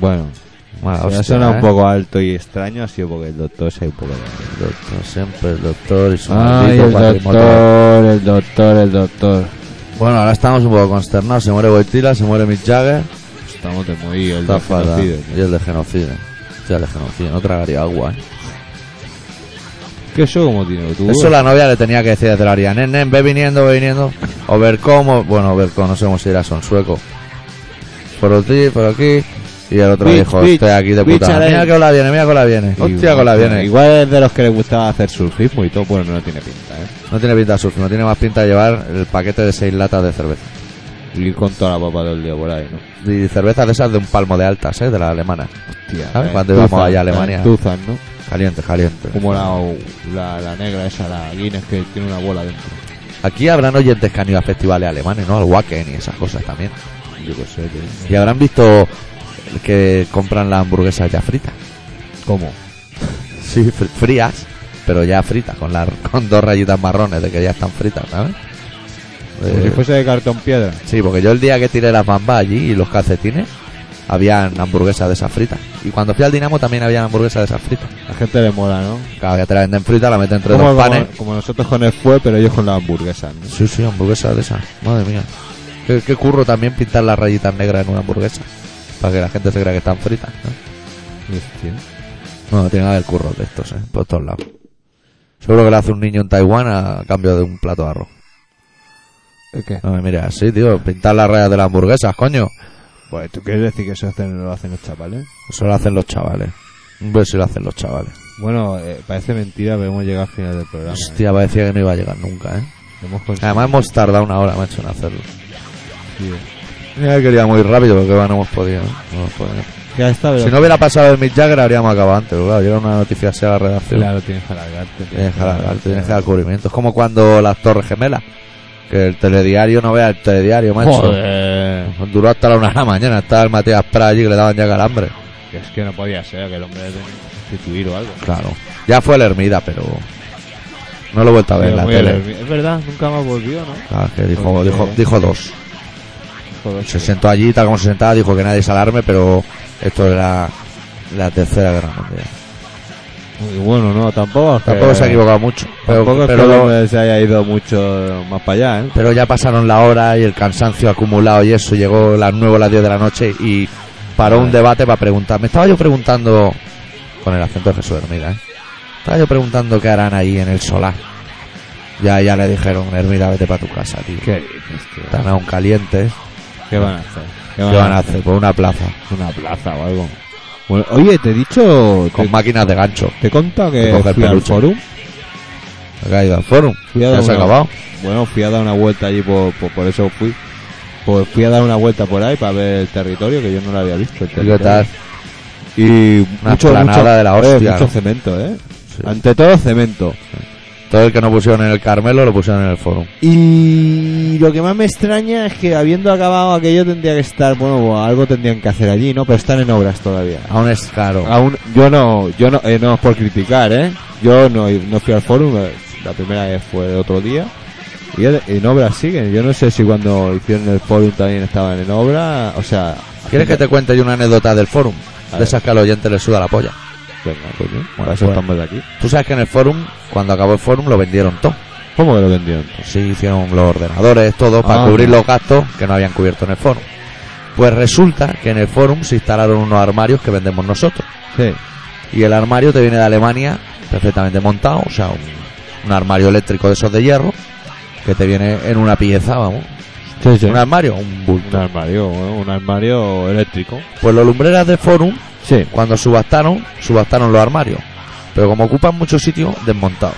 Speaker 9: Bueno,
Speaker 1: Bueno,
Speaker 9: si
Speaker 1: hostia,
Speaker 9: ha sonado
Speaker 1: ¿eh?
Speaker 9: un poco alto y extraño, ha sido porque el doctor se ha ido un poco de...
Speaker 1: Doctor, siempre el doctor y su
Speaker 9: Ay,
Speaker 1: maldito
Speaker 9: el
Speaker 1: patrimonio.
Speaker 9: doctor, el doctor, el doctor.
Speaker 1: Bueno, ahora estamos un poco consternados. Se muere Boitila, se muere Mick Jagger.
Speaker 9: Estamos de muy el
Speaker 1: Está fatal.
Speaker 9: desconocido.
Speaker 1: Y el de genocidio. Hostia, el de genocidio. No tragaría agua, ¿eh?
Speaker 9: ¿Qué eso como tiene tú? eh.
Speaker 1: Eso la novia le tenía que decir desde la orilla. Nen, nen, ve viniendo, ve viniendo. O ver cómo. Bueno, ver cómo. No sé cómo se irá, son sueco. Por aquí, por aquí. Y el otro
Speaker 2: Bitch,
Speaker 1: dijo,
Speaker 2: bitch,
Speaker 1: estoy aquí de
Speaker 2: bitch,
Speaker 1: puta. madre.
Speaker 2: Alain.
Speaker 1: Mira que la viene, mira que la viene.
Speaker 9: Igual-
Speaker 1: Hostia, que la viene.
Speaker 9: eh? Igual es de los que les gustaba hacer surfismo y todo, bueno, no tiene pinta, ¿eh?
Speaker 1: No tiene pinta de surf, no tiene más pinta de llevar el paquete de seis latas de cerveza.
Speaker 9: Ir con toda la papa del día por ahí, ¿no?
Speaker 1: Y cervezas de esas de un palmo de altas, ¿eh? De las alemanas.
Speaker 9: Hostia.
Speaker 1: ¿Sabes
Speaker 9: eh,
Speaker 1: cuándo íbamos
Speaker 9: tuzas,
Speaker 1: allá a Alemania?
Speaker 9: eh, tuzas, ¿no?
Speaker 1: Caliente, caliente.
Speaker 9: Como la, la, la negra esa, la Guinness que tiene una bola dentro.
Speaker 1: Aquí habrán oyentes que han ido a festivales alemanes, ¿no? Al Wacken y esas cosas también.
Speaker 9: Yo qué sé, tío.
Speaker 1: Y habrán visto que compran las hamburguesas ya fritas.
Speaker 9: ¿Cómo?
Speaker 1: Sí, fr- frías, pero ya fritas, con, la, con dos rayitas marrones de que ya están fritas, ¿sabes?
Speaker 9: Como
Speaker 1: Eh,
Speaker 9: si fuese de cartón piedra.
Speaker 1: Sí, porque yo el día que tiré las bambas allí y los calcetines, habían hamburguesas de esas fritas. Y cuando fui al Dinamo también habían hamburguesas de esas fritas.
Speaker 9: La gente le mola, ¿no?
Speaker 1: Cada vez te la venden frita, la meten entre
Speaker 9: Como,
Speaker 1: dos
Speaker 9: como-
Speaker 1: panes.
Speaker 9: como nosotros con el fue, pero ellos con las hamburguesas, ¿no?
Speaker 1: Sí, sí, hamburguesas de esas. Madre mía. Qué, qué curro también pintar las rayitas negras en una hamburguesa. Para que la gente se crea que están fritas, ¿no?
Speaker 9: Hostia.
Speaker 1: No, no tiene nada de curro de estos, ¿eh? Por todos lados. Seguro que lo hace un niño en Taiwán a cambio de un plato de arroz.
Speaker 9: ¿El qué?
Speaker 1: No me mires así, tío. Pintar las rayas de las hamburguesas, coño.
Speaker 9: Pues tú quieres decir que eso hacen- lo hacen los chavales.
Speaker 1: Eso lo hacen los chavales. Ver si lo hacen los chavales.
Speaker 10: Bueno, eh, parece mentira, pero hemos llegado al final del programa. ¿eh?
Speaker 1: Hostia, parecía que no iba a llegar nunca, ¿eh?
Speaker 10: Hemos conseguido.
Speaker 1: Además hemos tardado una hora, macho, en hacerlo.
Speaker 10: tío.
Speaker 1: Mira, quería muy rápido, porque bueno, no hemos podido. ¿eh? ¿no? No hemos podido.
Speaker 2: Ya está, pero
Speaker 1: Si no hubiera pasado el Mick Jagger, habríamos acabado antes. pero Claro, llega una noticia así a la redacción.
Speaker 10: Claro, tienes que alargarte.
Speaker 1: Tienes que dar, tienes que dar cubrimiento. Es como cuando las Torres Gemelas. Que el telediario no vea el telediario, macho.
Speaker 10: Joder.
Speaker 1: Duró hasta la una de la mañana. Estaba el Matías Prat allí que le daban ya calambre.
Speaker 10: Que es que no podía ser, que el hombre tenía que sustituir o algo.
Speaker 1: Claro. Ya fue el Hermida, pero. No lo he vuelto a ver en
Speaker 10: Pero
Speaker 1: la
Speaker 10: muy
Speaker 1: tele.
Speaker 10: alarmi- Es verdad, nunca más volvió, ¿no?
Speaker 1: Claro, que dijo,
Speaker 10: Porque-
Speaker 1: dijo, dijo dos.
Speaker 10: Joder,
Speaker 1: Se sentó allí, tal como se sentaba, dijo que nadie se alarme, pero esto era la tercera guerra mundial.
Speaker 10: Eh, Y bueno, no, tampoco. es que-
Speaker 1: Tampoco se ha equivocado mucho, pero,
Speaker 10: Tampoco es que
Speaker 1: pero
Speaker 10: el
Speaker 1: lo-
Speaker 10: hombre se haya ido mucho más para allá, ¿eh?
Speaker 1: pero ya pasaron la hora y el cansancio acumulado y eso. Llegó las 9 o las 10 de la noche y paró un debate para preguntar. Me estaba yo preguntando, con el acento de Jesús Hermida, ¿eh? estaba yo preguntando qué harán ahí en el solar. Ya, ya le dijeron, Hermida, vete para tu casa, tío.
Speaker 10: ¿Qué dices, tío?
Speaker 1: Están aún calientes.
Speaker 10: ¿Qué van a hacer?
Speaker 1: ¿Qué
Speaker 2: Ah.
Speaker 1: van a hacer? Por una plaza.
Speaker 10: Una plaza o algo.
Speaker 2: Bueno, oye, te he dicho. Te,
Speaker 1: Con máquinas de gancho.
Speaker 2: te he contado
Speaker 1: Te coge
Speaker 2: que
Speaker 1: el
Speaker 2: fui al
Speaker 1: peluche.
Speaker 2: forum.
Speaker 1: Ha caído al forum.
Speaker 2: Fui a
Speaker 1: Ya
Speaker 2: dar
Speaker 1: se ha
Speaker 2: una-
Speaker 1: acabado.
Speaker 2: Bueno, fui a dar una vuelta allí, por, por, por eso fui. Pues fui a dar una vuelta por ahí para ver el territorio, que yo no lo había visto. el
Speaker 1: ¿Y qué
Speaker 2: territorio.
Speaker 1: tal?
Speaker 2: Y
Speaker 1: Una
Speaker 2: mucho,
Speaker 1: explanada
Speaker 2: mucho-
Speaker 1: de la
Speaker 2: eh,
Speaker 1: hostia,
Speaker 2: mucho
Speaker 1: ¿no?
Speaker 2: cemento, ¿eh?
Speaker 1: Sí.
Speaker 2: Ante todo, cemento.
Speaker 1: Todo el que no pusieron en el Carmelo lo pusieron en el forum.
Speaker 2: Y lo que más me extraña es que habiendo acabado aquello tendría que estar, bueno, algo tendrían que hacer allí, ¿no? Pero están en obras todavía.
Speaker 1: Aún es caro.
Speaker 2: Aún, yo no, yo no, eh, no es por criticar, ¿eh? Yo no, no fui al forum, eh, la primera vez fue otro día. Y el- en obras siguen, yo no sé si cuando hicieron el forum también estaban en obra, o sea...
Speaker 1: ¿Quieres que te cuente yo una anécdota del forum?
Speaker 2: A
Speaker 1: De
Speaker 2: ver.
Speaker 1: esas que al oyente le suda la polla.
Speaker 2: Venga, coño,
Speaker 1: Bueno,
Speaker 2: para eso
Speaker 1: bueno.
Speaker 2: estamos de aquí.
Speaker 1: Tú sabes que en el forum, cuando acabó el forum, lo vendieron todo.
Speaker 2: ¿Cómo que lo vendieron?
Speaker 1: Sí, hicieron los ordenadores, todo, para
Speaker 2: Ah,
Speaker 1: cubrir
Speaker 2: no.
Speaker 1: los gastos que no habían cubierto en el forum. Pues resulta que en el forum se instalaron unos armarios que vendemos nosotros.
Speaker 2: Sí,
Speaker 1: Y el armario te viene de Alemania perfectamente montado, o sea, un, un armario eléctrico de esos de hierro, que te viene en una pieza, vamos.
Speaker 2: sí, sí.
Speaker 1: Un armario, un
Speaker 10: Un
Speaker 1: bulto.
Speaker 10: armario, bueno, un armario eléctrico.
Speaker 1: Pues los lumbreras del forum
Speaker 2: Sí,
Speaker 1: Cuando subastaron, subastaron los armarios. Pero como ocupan mucho sitio, desmontados.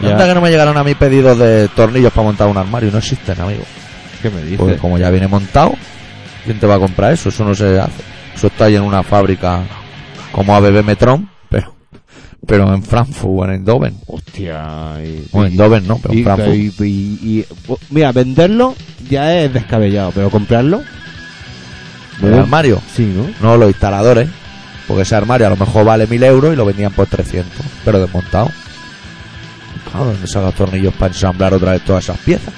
Speaker 1: Y
Speaker 2: Ya.
Speaker 1: Anda que no me llegaron a mí pedidos de tornillos para montar un armario. No existen, amigo.
Speaker 10: ¿Qué me dices?
Speaker 1: Porque como ya viene montado, ¿quién te va a comprar eso? Eso no se hace. Eso está ahí en una fábrica como ABB Metron, pero, pero en Frankfurt o en Eindhoven.
Speaker 10: Hostia. Y,
Speaker 1: O en Eindhoven no, pero en
Speaker 2: Y,
Speaker 1: Frankfurt.
Speaker 2: y- y- y- bu- mira, venderlo ya es descabellado, pero comprarlo.
Speaker 1: El
Speaker 2: uh.
Speaker 1: armario.
Speaker 2: Sí, ¿no?
Speaker 1: No los instaladores. Porque ese armario a lo mejor vale 1000 euros y lo vendían por 300, pero desmontado. Claro, ¿dónde saca tornillos para ensamblar otra vez todas esas piezas?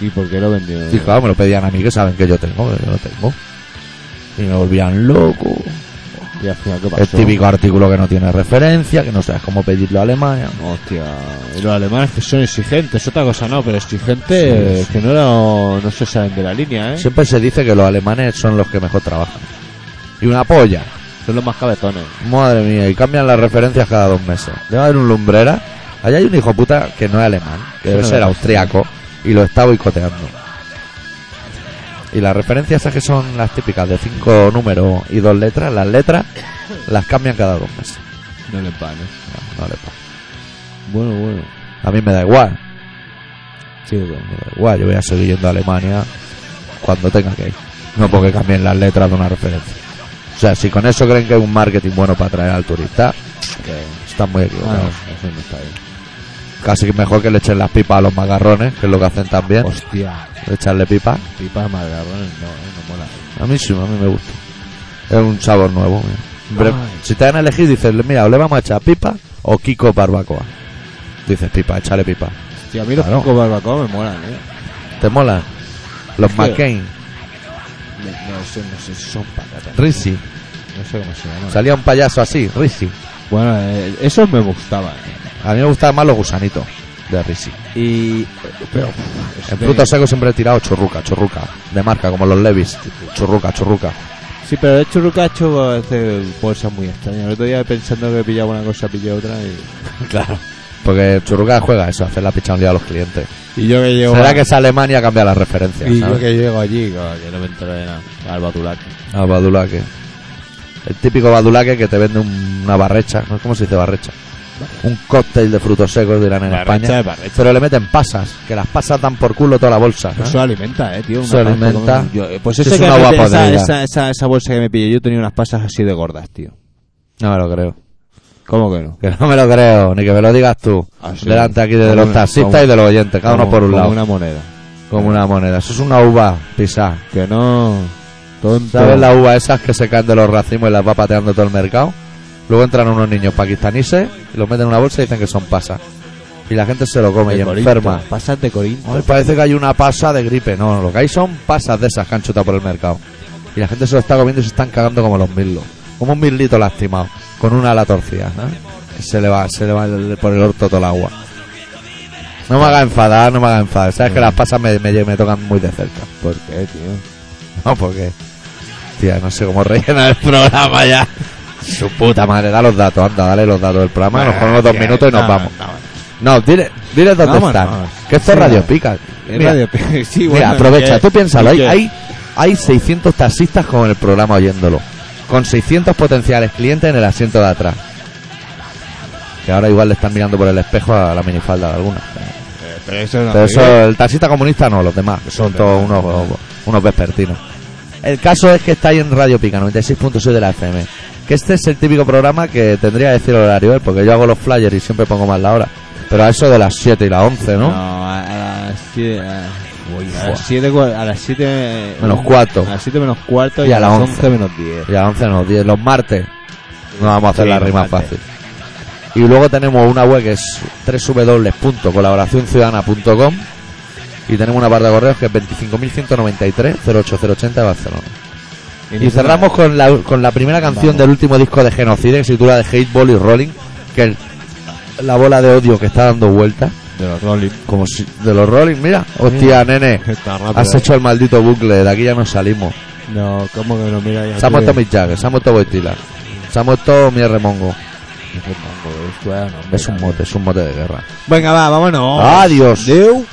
Speaker 10: ¿Y por qué lo vendieron?
Speaker 1: Sí, claro, me lo pedían a mí que saben que yo tengo, que yo no tengo. Y me volvían loco.
Speaker 10: Y al final, ¿qué pasó?
Speaker 1: El típico artículo que no tiene referencia, que no sabes cómo pedirlo a Alemania.
Speaker 2: Hostia, y los alemanes que son exigentes, otra cosa no, pero exigentes
Speaker 1: Sí,
Speaker 2: que no, lo- no se salen de la línea, ¿eh?
Speaker 1: Siempre se dice que los alemanes son los que mejor trabajan. Y una polla.
Speaker 2: Son los más cabetones.
Speaker 1: Madre mía, y cambian las referencias cada dos meses. Le va a haber un lumbrera. Allá hay un hijo puta que no es alemán, que debe
Speaker 2: no
Speaker 1: ser
Speaker 2: lo
Speaker 1: austriaco, y lo está boicoteando. Y las referencias es que son las típicas de cinco números y dos letras. Las letras las cambian cada dos meses.
Speaker 2: No le pan,
Speaker 1: No, no le pasa.
Speaker 2: Bueno, bueno.
Speaker 1: A mí me da igual,
Speaker 2: Sí,
Speaker 1: me da igual. Yo voy a seguir yendo a Alemania cuando tenga que ir. No porque cambien las letras de una referencia. O sea, si con eso creen que es un marketing bueno para atraer al turista, están muy
Speaker 2: Ah,
Speaker 1: equivocados.
Speaker 2: no, eso no está bien. Ah.
Speaker 1: Casi que mejor que le echen las pipas a los macarrones, que es lo que hacen también,
Speaker 2: Hostia,
Speaker 1: echarle pipa.
Speaker 2: pipa de macarrones no, ¿eh? No mola.
Speaker 1: A mí sí, a mí me gusta. Es un sabor nuevo. mira. Pero
Speaker 2: Ay.
Speaker 1: si te dan a elegir, dices, mira, o le vamos a echar pipa o Kiko barbacoa. Dices, pipa, échale pipa.
Speaker 2: Hostia, a mí los
Speaker 1: Claro.
Speaker 2: picos barbacoa me molan, ¿eh?
Speaker 1: ¿Te mola? Los
Speaker 2: Sí.
Speaker 1: McCain,
Speaker 2: No, no sé, no sé si son patatas.
Speaker 1: Risi.
Speaker 2: No sé cómo se llaman.
Speaker 1: Salía un payaso así, Risi.
Speaker 2: Bueno, eh, esos me gustaban. ¿eh?
Speaker 1: A mí me gustaban más los gusanitos de Risi.
Speaker 2: Y. Pero.
Speaker 1: En frutos secos siempre he tirado churruca, churruca. De marca, como los Levis. Churruca, churruca.
Speaker 2: Sí, pero el churrucacho hace
Speaker 3: este, pues,
Speaker 2: bolsas muy extrañas. El otro día pensando que pillaba una cosa, pillé otra y.
Speaker 1: Claro. Porque churruca juega eso, hacer la picha un día a los clientes.
Speaker 2: Y yo que llego.
Speaker 1: ¿Será que es Alemania cambia las referencias?
Speaker 2: Y yo
Speaker 1: ¿sabes?
Speaker 2: que llego allí, co- que no me entero de nada. Al batulaque.
Speaker 1: Ah, Badulaque. El típico badulaque que te vende un- una barrecha. ¿no? ¿Cómo se dice barrecha? Un cóctel de frutos secos, dirán en España.
Speaker 2: de barrecha.
Speaker 1: Pero le meten pasas, que las pasas dan por culo toda la bolsa. ¿no?
Speaker 3: Eso alimenta, eh, tío.
Speaker 1: Eso
Speaker 3: una-
Speaker 1: alimenta.
Speaker 3: yo- eh, pues
Speaker 1: Es
Speaker 3: eso que
Speaker 1: una
Speaker 3: me-
Speaker 1: guapa
Speaker 3: esa,
Speaker 1: de ella.
Speaker 3: esa, esa, esa bolsa que me pillé yo tenía unas pasas así de gordas, tío.
Speaker 1: No me lo creo.
Speaker 3: ¿Cómo que no?
Speaker 1: Que no me lo creo, ni que me lo digas tú.
Speaker 3: Ah, sí.
Speaker 1: Delante aquí de
Speaker 3: Como
Speaker 1: los
Speaker 3: una-
Speaker 1: taxistas
Speaker 3: como-
Speaker 1: y de los oyentes, cada uno
Speaker 3: Como-
Speaker 1: por un
Speaker 3: como
Speaker 1: lado.
Speaker 3: una moneda.
Speaker 1: Como una moneda. Eso es una uva pisada.
Speaker 3: Que no. Tonto.
Speaker 1: ¿Sabes las uvas esas que se caen de los racimos y las va pateando todo el mercado? Luego entran unos niños pakistaníes y los meten en una bolsa y dicen que son pasas. Y la gente se lo come
Speaker 3: De
Speaker 1: y
Speaker 3: Corinto.
Speaker 1: enferma.
Speaker 3: Pasas de Corinto.
Speaker 1: Ay, parece que hay una pasa de gripe. No, lo que hay son pasas de esas que han chutado por el mercado. Y la gente se lo está comiendo y se están cagando como los mirlos. Como un mirlito lastimado, con una ala torcida. ¿no? Que se le va, se le va el- por el orto todo el agua. No me haga enfadar, no me haga enfadar. Sabes que las pasas me, me, me tocan muy de cerca.
Speaker 3: ¿Por qué, tío?
Speaker 1: No, porque. Tía, no sé cómo rellenar el programa ya. Su puta madre, da los datos, anda, dale los datos del programa, nos ponemos dos minutos y nos vamos. No, dile, dile dónde
Speaker 3: Vámonos.
Speaker 1: están. Que esto es
Speaker 3: Sí,
Speaker 1: Radio
Speaker 3: va.
Speaker 1: Pica.
Speaker 3: Es
Speaker 1: Mira,
Speaker 3: radio. sí,
Speaker 1: mira,
Speaker 3: bueno,
Speaker 1: aprovecha,
Speaker 3: que-
Speaker 1: tú piénsalo, hay,
Speaker 3: que-
Speaker 1: hay, hay 600 taxistas con el programa oyéndolo, con 600 potenciales clientes en el asiento de atrás. Que ahora igual le están mirando por el espejo a la minifalda de alguna.
Speaker 2: Eh, Pero eso no
Speaker 1: Pero
Speaker 2: es
Speaker 3: eh,
Speaker 1: eso, el taxista comunista no, los demás, que son
Speaker 2: Los
Speaker 1: todos
Speaker 2: demás.
Speaker 1: unos, unos vespertinos. El caso es que está ahí en Radio Pica, 96.6 de la FM. Que este es el típico programa que tendría que decir el horario, ¿eh? porque yo hago los flyers y siempre pongo más la hora. Pero a eso de las 7 y las 11, ¿no?
Speaker 3: No, a, a las 7. A
Speaker 1: Fua.
Speaker 3: las 7. A las 7.
Speaker 1: Menos cuarto.
Speaker 3: A las 7 menos cuarto y,
Speaker 1: Y a
Speaker 3: a las
Speaker 1: las
Speaker 3: 11 menos 10.
Speaker 1: Y a las 11 no, 10, los martes. No vamos a hacer
Speaker 3: Sí,
Speaker 1: la
Speaker 3: los
Speaker 1: rima
Speaker 3: martes.
Speaker 1: fácil. Y luego tenemos una web que es www.colaboracionciudadana.com y tenemos una barra de correos que es 25.193-08080 de Barcelona. Y cerramos con la, con la primera canción
Speaker 3: Vamos.
Speaker 1: del último disco de Genocide que se titula The Hateball y Rolling, que es la bola de odio que está dando vueltas,
Speaker 2: de los Rolling.
Speaker 1: como si de los Rolling, mira, hostia, nene,
Speaker 2: Está rápido.
Speaker 1: has hecho el maldito bucle, de aquí ya no salimos.
Speaker 3: No, ¿cómo que no mira ya?
Speaker 1: Se ha muerto Mick Jagger, se ha muerto Boy Dylan, se ha muerto Mier Remongo.
Speaker 3: Es
Speaker 1: Es
Speaker 3: un
Speaker 1: un mote, es un mote de guerra.
Speaker 2: Oh,
Speaker 3: Venga, va, vámonos.
Speaker 1: Adiós.
Speaker 3: Adeu.